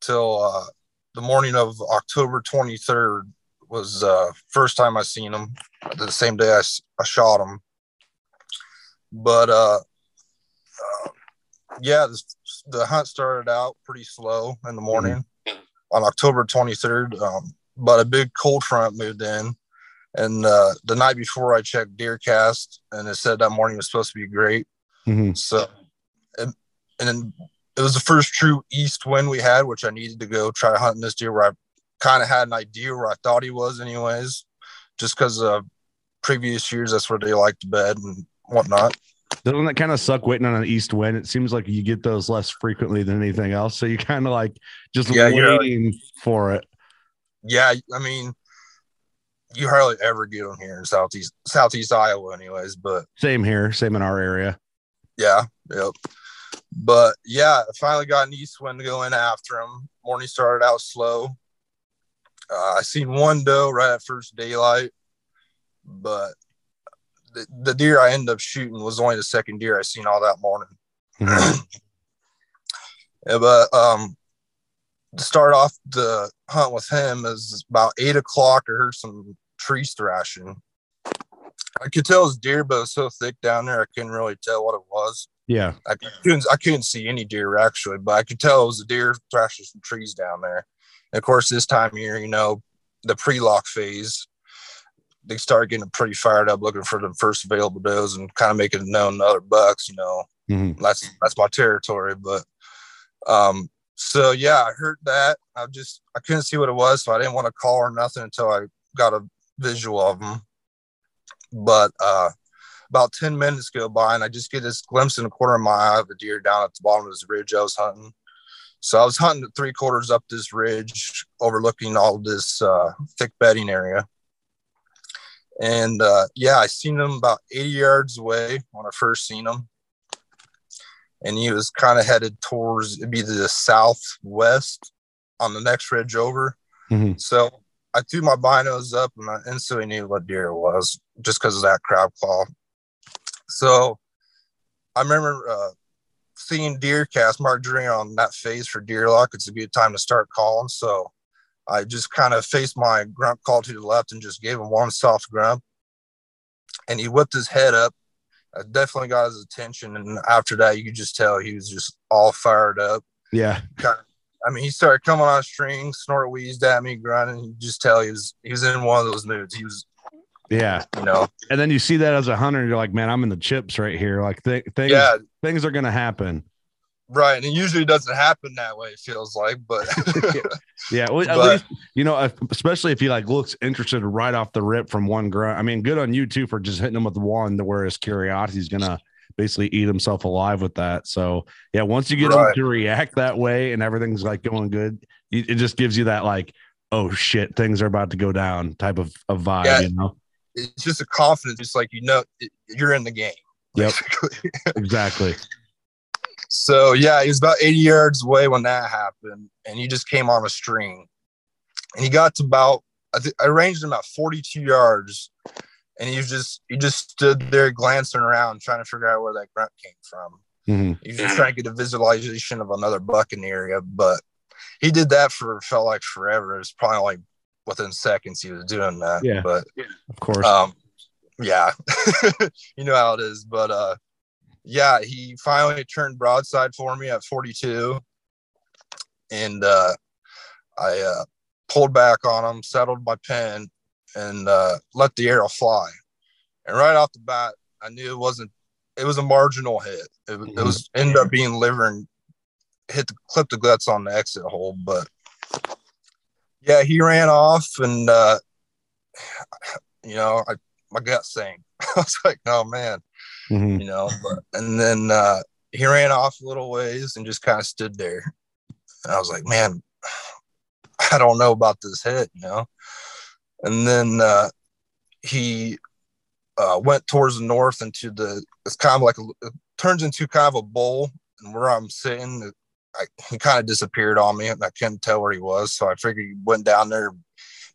[SPEAKER 5] till uh, the morning of October 23rd was uh, first time I seen him. The same day I, s- I shot him. But uh, uh, yeah, this, the hunt started out pretty slow in the morning on October 23rd. Um, but a big cold front moved in, and uh, the night before I checked DeerCast, and it said that morning was supposed to be great.
[SPEAKER 1] Mm-hmm.
[SPEAKER 5] So, and, and then it was the first true east wind we had, which I needed to go try hunting this deer where I kind of had an idea where I thought he was, anyways, just because uh, previous years that's where they like to bed and whatnot.
[SPEAKER 6] Doesn't that kind of suck waiting on an east wind? It seems like you get those less frequently than anything else. So you kind of like just
[SPEAKER 5] Yeah, you're-
[SPEAKER 6] waiting for it.
[SPEAKER 5] Yeah, I mean, you hardly ever get them here in southeast southeast Iowa, anyways, but
[SPEAKER 6] Same here, same in our area.
[SPEAKER 5] Yeah, yep. But yeah, I finally got an east wind to go in after him. Morning started out slow. Uh, I seen one doe right at first daylight, but the, the deer I ended up shooting was only the second deer I seen all that morning. Yeah, but um, to start off the hunt with him is about eight o'clock. I heard some trees thrashing. I could tell it was deer, but it was so thick down there I couldn't really tell what it was.
[SPEAKER 6] Yeah.
[SPEAKER 5] I couldn't, I couldn't see any deer actually, but I could tell it was a deer thrashing some trees down there. And of course, this time of year, you know, the pre-lock phase, they start getting pretty fired up looking for the first available does and kind of making it known to other bucks, you know,
[SPEAKER 6] Mhm.
[SPEAKER 5] that's, that's my territory. But, um, so yeah, I heard that. I just, I couldn't see what it was. So I didn't want to call or nothing until I got a visual of them. But, uh, about 10 minutes go by and I just get this glimpse in the corner of my eye of a deer down at the bottom of this ridge I was hunting. So I was hunting three quarters up this ridge overlooking all this uh, thick bedding area. And uh, yeah, I seen him about 80 yards away when I first seen him. And he was kind of headed towards it'd be the southwest on the next ridge over.
[SPEAKER 6] Mhm.
[SPEAKER 5] So I threw my binos up and I instantly knew what deer it was just because of that crab claw so I remember uh, seeing DeerCast Mark Duran on that phase for deer lock. It's a good time to start calling. So I just kind of faced my grunt call to the left and just gave him one soft grunt. And he whipped his head up. I definitely got his attention. And after that, you could just tell he was just all fired up.
[SPEAKER 6] Yeah.
[SPEAKER 5] I mean, he started coming on string, snort wheezed at me, grunting. You just tell he was he was in one of those moods. He was,
[SPEAKER 6] Yeah.
[SPEAKER 5] you know,
[SPEAKER 6] And then you see that as a hunter, and you're like, man, I'm in the chips right here. Like th- things,
[SPEAKER 5] yeah,
[SPEAKER 6] things are gonna happen.
[SPEAKER 5] Right, and it usually doesn't happen that way. It feels like, but
[SPEAKER 6] Yeah, well, at
[SPEAKER 5] But-
[SPEAKER 6] least you know, if, especially if he like looks interested right off the rip from one grunt. I mean, good on you too for just hitting him with one, to where his curiosity's gonna basically eat himself alive with that. So yeah, once you get him
[SPEAKER 5] Right.
[SPEAKER 6] to react that way and everything's like going good, you- it just gives you that like, oh shit, things are about to go down type of, of vibe.
[SPEAKER 5] Yeah.
[SPEAKER 6] You know,
[SPEAKER 5] it's just a confidence. It's like you know it, you're in the game.
[SPEAKER 6] Yep.
[SPEAKER 5] basically.
[SPEAKER 6] exactly.
[SPEAKER 5] So yeah, he was about 80 yards away when that happened, and he just came on a string, and he got to about I, th- I ranged him about 42 yards, and he was just he just stood there glancing around trying to figure out where that grunt came from.
[SPEAKER 6] Mhm.
[SPEAKER 5] He was just trying to get a visualization of another buck in the area, but he did that for felt like forever. It was probably like within seconds he was doing that.
[SPEAKER 6] Yeah.
[SPEAKER 5] But
[SPEAKER 6] Of course.
[SPEAKER 5] um yeah you know how it is but uh yeah he finally turned broadside for me at 42 and uh i uh pulled back on him settled my pen and uh let the arrow fly and right off the bat i knew it wasn't it was a marginal hit it, it was ended up being liver and hit the clip the guts on the exit hole but yeah he ran off and uh you know, I my gut sank. I was like, oh man,
[SPEAKER 6] Mhm.
[SPEAKER 5] you know. But, and then uh, he ran off a little ways and just kind of stood there. And I was like, man, I don't know about this hit, you know. And then uh, he uh, went towards the north into the. It's kind of like a, it turns into kind of a bowl, and where I'm sitting. I, he kind of disappeared on me, and I couldn't tell where he was. So I figured he went down there,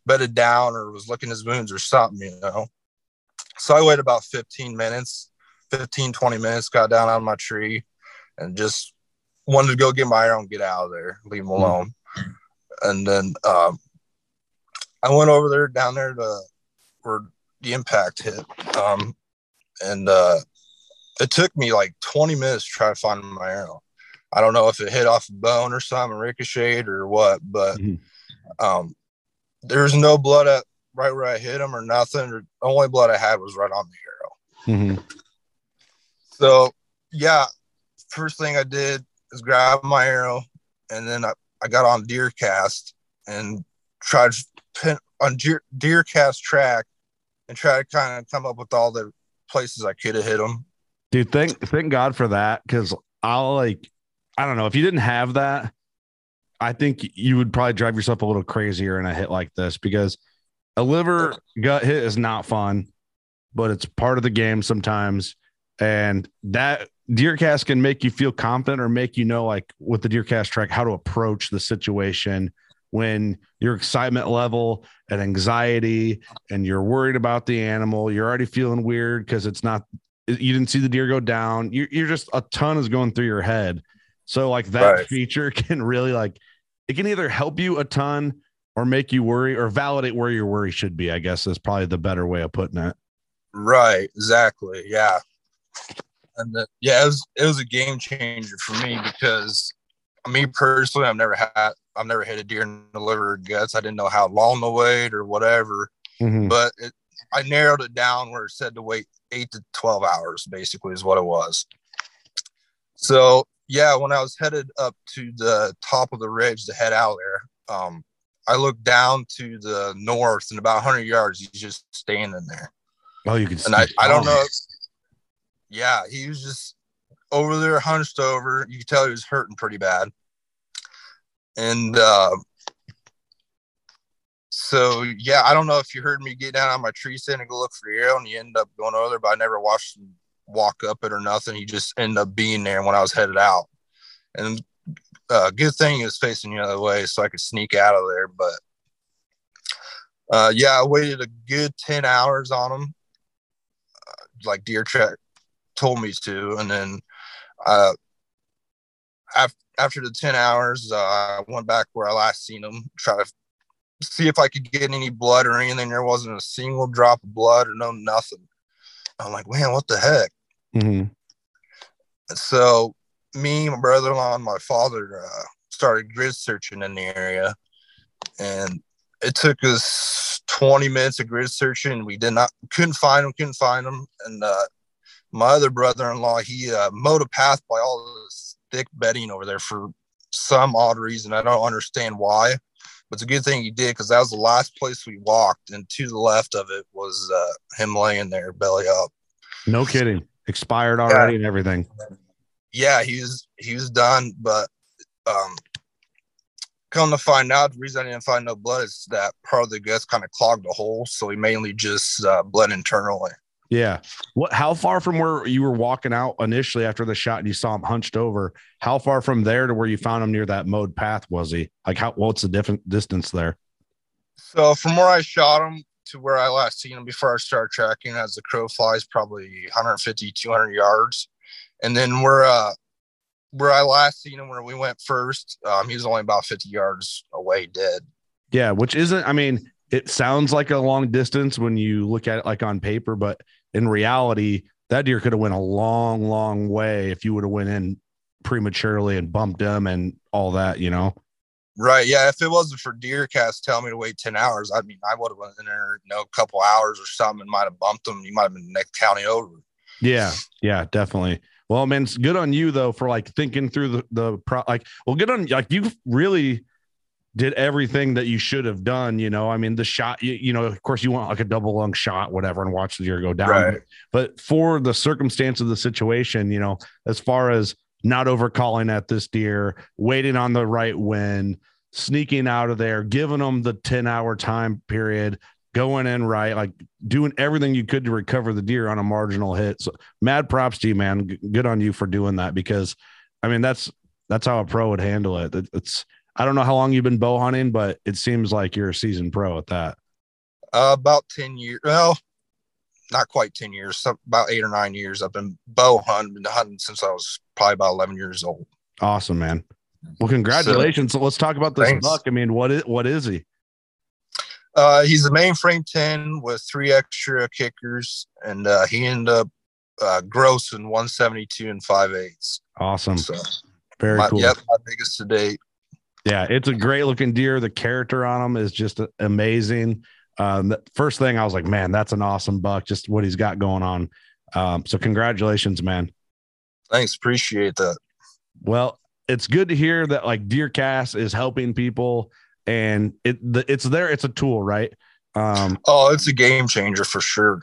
[SPEAKER 5] bedded down or was licking his wounds or something, you know. So I waited about 15 minutes, 15, 20 minutes, got down out of my tree and just wanted to go get my arrow and get out of there, leave him alone. And then um, I went over there down there to where the impact hit. Um, and uh, it took me like 20 minutes to try to find my arrow. I don't know if it hit off a bone or something, ricocheted or what, but
[SPEAKER 1] Mhm.
[SPEAKER 5] um, there was no blood at right where I hit him or nothing. The only blood I had was right on the arrow.
[SPEAKER 6] Mm-hmm.
[SPEAKER 1] Mhm.
[SPEAKER 5] So yeah, first thing I did is grab my arrow, and then I, I got on deer cast and tried to pin on deer, deer cast track and try to kind of come up with all the places I could have hit them.
[SPEAKER 1] Dude, thank thank God for that because I'll like I don't know if you didn't have that, I think you would probably drive yourself a little crazier in a hit like this because a liver gut hit is not fun, but it's part of the game sometimes, and that deer cast can make you feel confident or make you know like with the deer cast track how to approach the situation when your excitement level and anxiety and you're worried about the animal you're already feeling weird because it's not you didn't see the deer go down. You're, you're just a ton is going through your head. So like that
[SPEAKER 5] Right.
[SPEAKER 1] feature can really like it can either help you a ton or make you worry or validate where your worry should be. I guess is probably the better way of putting it.
[SPEAKER 5] Right, exactly. Yeah. And the, yeah, it was, it was a game changer for me because me personally, I've never had, I've never hit a deer in the liver or guts. I didn't know how long to wait or whatever.
[SPEAKER 1] Mm-hmm.
[SPEAKER 5] but it, I narrowed it down where it said to wait eight to 12 hours, basically, is what it was. So, yeah, when I was headed up to the top of the ridge to head out there, um, I looked down to the north and about 100 yards, he's just standing there.
[SPEAKER 1] Oh, you can.
[SPEAKER 5] And
[SPEAKER 1] see-
[SPEAKER 5] I, I don't
[SPEAKER 1] oh,
[SPEAKER 5] know. if- yeah, he was just over there, hunched over. You could tell he was hurting pretty bad. And uh, so, yeah, I don't know if you heard me get down on my tree stand and go look for the arrow, and you end up going over there, but I never watched him walk up it or nothing. He just ended up being there when I was headed out. And uh, good thing he was facing the other way so I could sneak out of there. But uh, yeah, I waited a good 10 hours on him uh, like Deer Track told me to. And then uh, af- after the 10 hours, uh, I went back where I last seen him, try to see if I could get any blood or anything. There wasn't a single drop of blood or no nothing. I'm like, man, what the heck?
[SPEAKER 1] mhm.
[SPEAKER 5] So me, my brother-in-law, and my father uh, started grid searching in the area, and it took us 20 minutes of grid searching. We did not couldn't find them, couldn't find them, and uh, my other brother-in-law he uh, mowed a path by all this thick bedding over there for some odd reason. I don't understand why, but it's a good thing he did because that was the last place we walked, and to the left of it was uh, him laying there belly up.
[SPEAKER 1] No kidding. Expired already and everything.
[SPEAKER 5] yeah, he was he was done, but um come to find out the reason I didn't find no blood is that part of the guts kind of clogged the hole, so he mainly just uh, bled internally.
[SPEAKER 1] Yeah. What? How far from where you were walking out initially after the shot and you saw him hunched over? How far from there to where you found him near that mode path was he? Like how? What's the different distance there?
[SPEAKER 5] So from where I shot him to where I last seen him before I started tracking as the crow flies probably 150 200 yards. And then where uh where I last seen him where we went first, um he was only about 50 yards away dead.
[SPEAKER 1] Yeah, which isn't, I mean, it sounds like a long distance when you look at it like on paper, but in reality, that deer could have went a long, long way if you would have went in prematurely and bumped him and all that, you know.
[SPEAKER 5] Right. Yeah. If it wasn't for DeerCast telling me to wait 10 hours, I mean, I would have went in there, you know, a couple hours or something and might have bumped them. You might have been the next county over.
[SPEAKER 1] Yeah, yeah, definitely. Well, man, it's good on you though for like thinking through the the pro. Like, well, good on like you really did everything that you should have done. You know, I mean, the shot. You, you know, of course, you want like a double lung shot, whatever, and watch the deer go down.
[SPEAKER 5] Right.
[SPEAKER 1] But for the circumstance of the situation, you know, as far as not overcalling at this deer, waiting on the right wind, sneaking out of there, giving them the ten hour time period, going in right, like doing everything you could to recover the deer on a marginal hit. So mad props to you, man. G- good on you for doing that because I mean that's that's how a pro would handle it. It- It's I don't know how long you've been bow hunting, but it seems like you're a seasoned pro at that.
[SPEAKER 5] Uh, about 10 years. Well, not quite 10 years, some, about eight or nine years. I've been bow hunting, been hunting since I was probably about 11 years old.
[SPEAKER 1] Awesome, man. Well, congratulations. So, let's talk about this
[SPEAKER 5] Thanks.
[SPEAKER 1] buck. I mean, what is what is he?
[SPEAKER 5] Uh, he's a mainframe 10 with three extra kickers, and uh, he ended up uh, grossing 172 and 5 eighths.
[SPEAKER 1] Awesome.
[SPEAKER 5] So,
[SPEAKER 1] Very
[SPEAKER 5] my,
[SPEAKER 1] cool.
[SPEAKER 5] yep, my biggest to date.
[SPEAKER 1] Yeah, it's a great looking deer. The character on him is just amazing. Um, the first thing I was like, man, that's an awesome buck. Just what he's got going on. Um, so congratulations, man.
[SPEAKER 5] Thanks, appreciate that.
[SPEAKER 1] Well, it's good to hear that like DeerCast is helping people, and it the, it's there. It's a tool, right? Um,
[SPEAKER 5] Oh, it's a game changer for sure.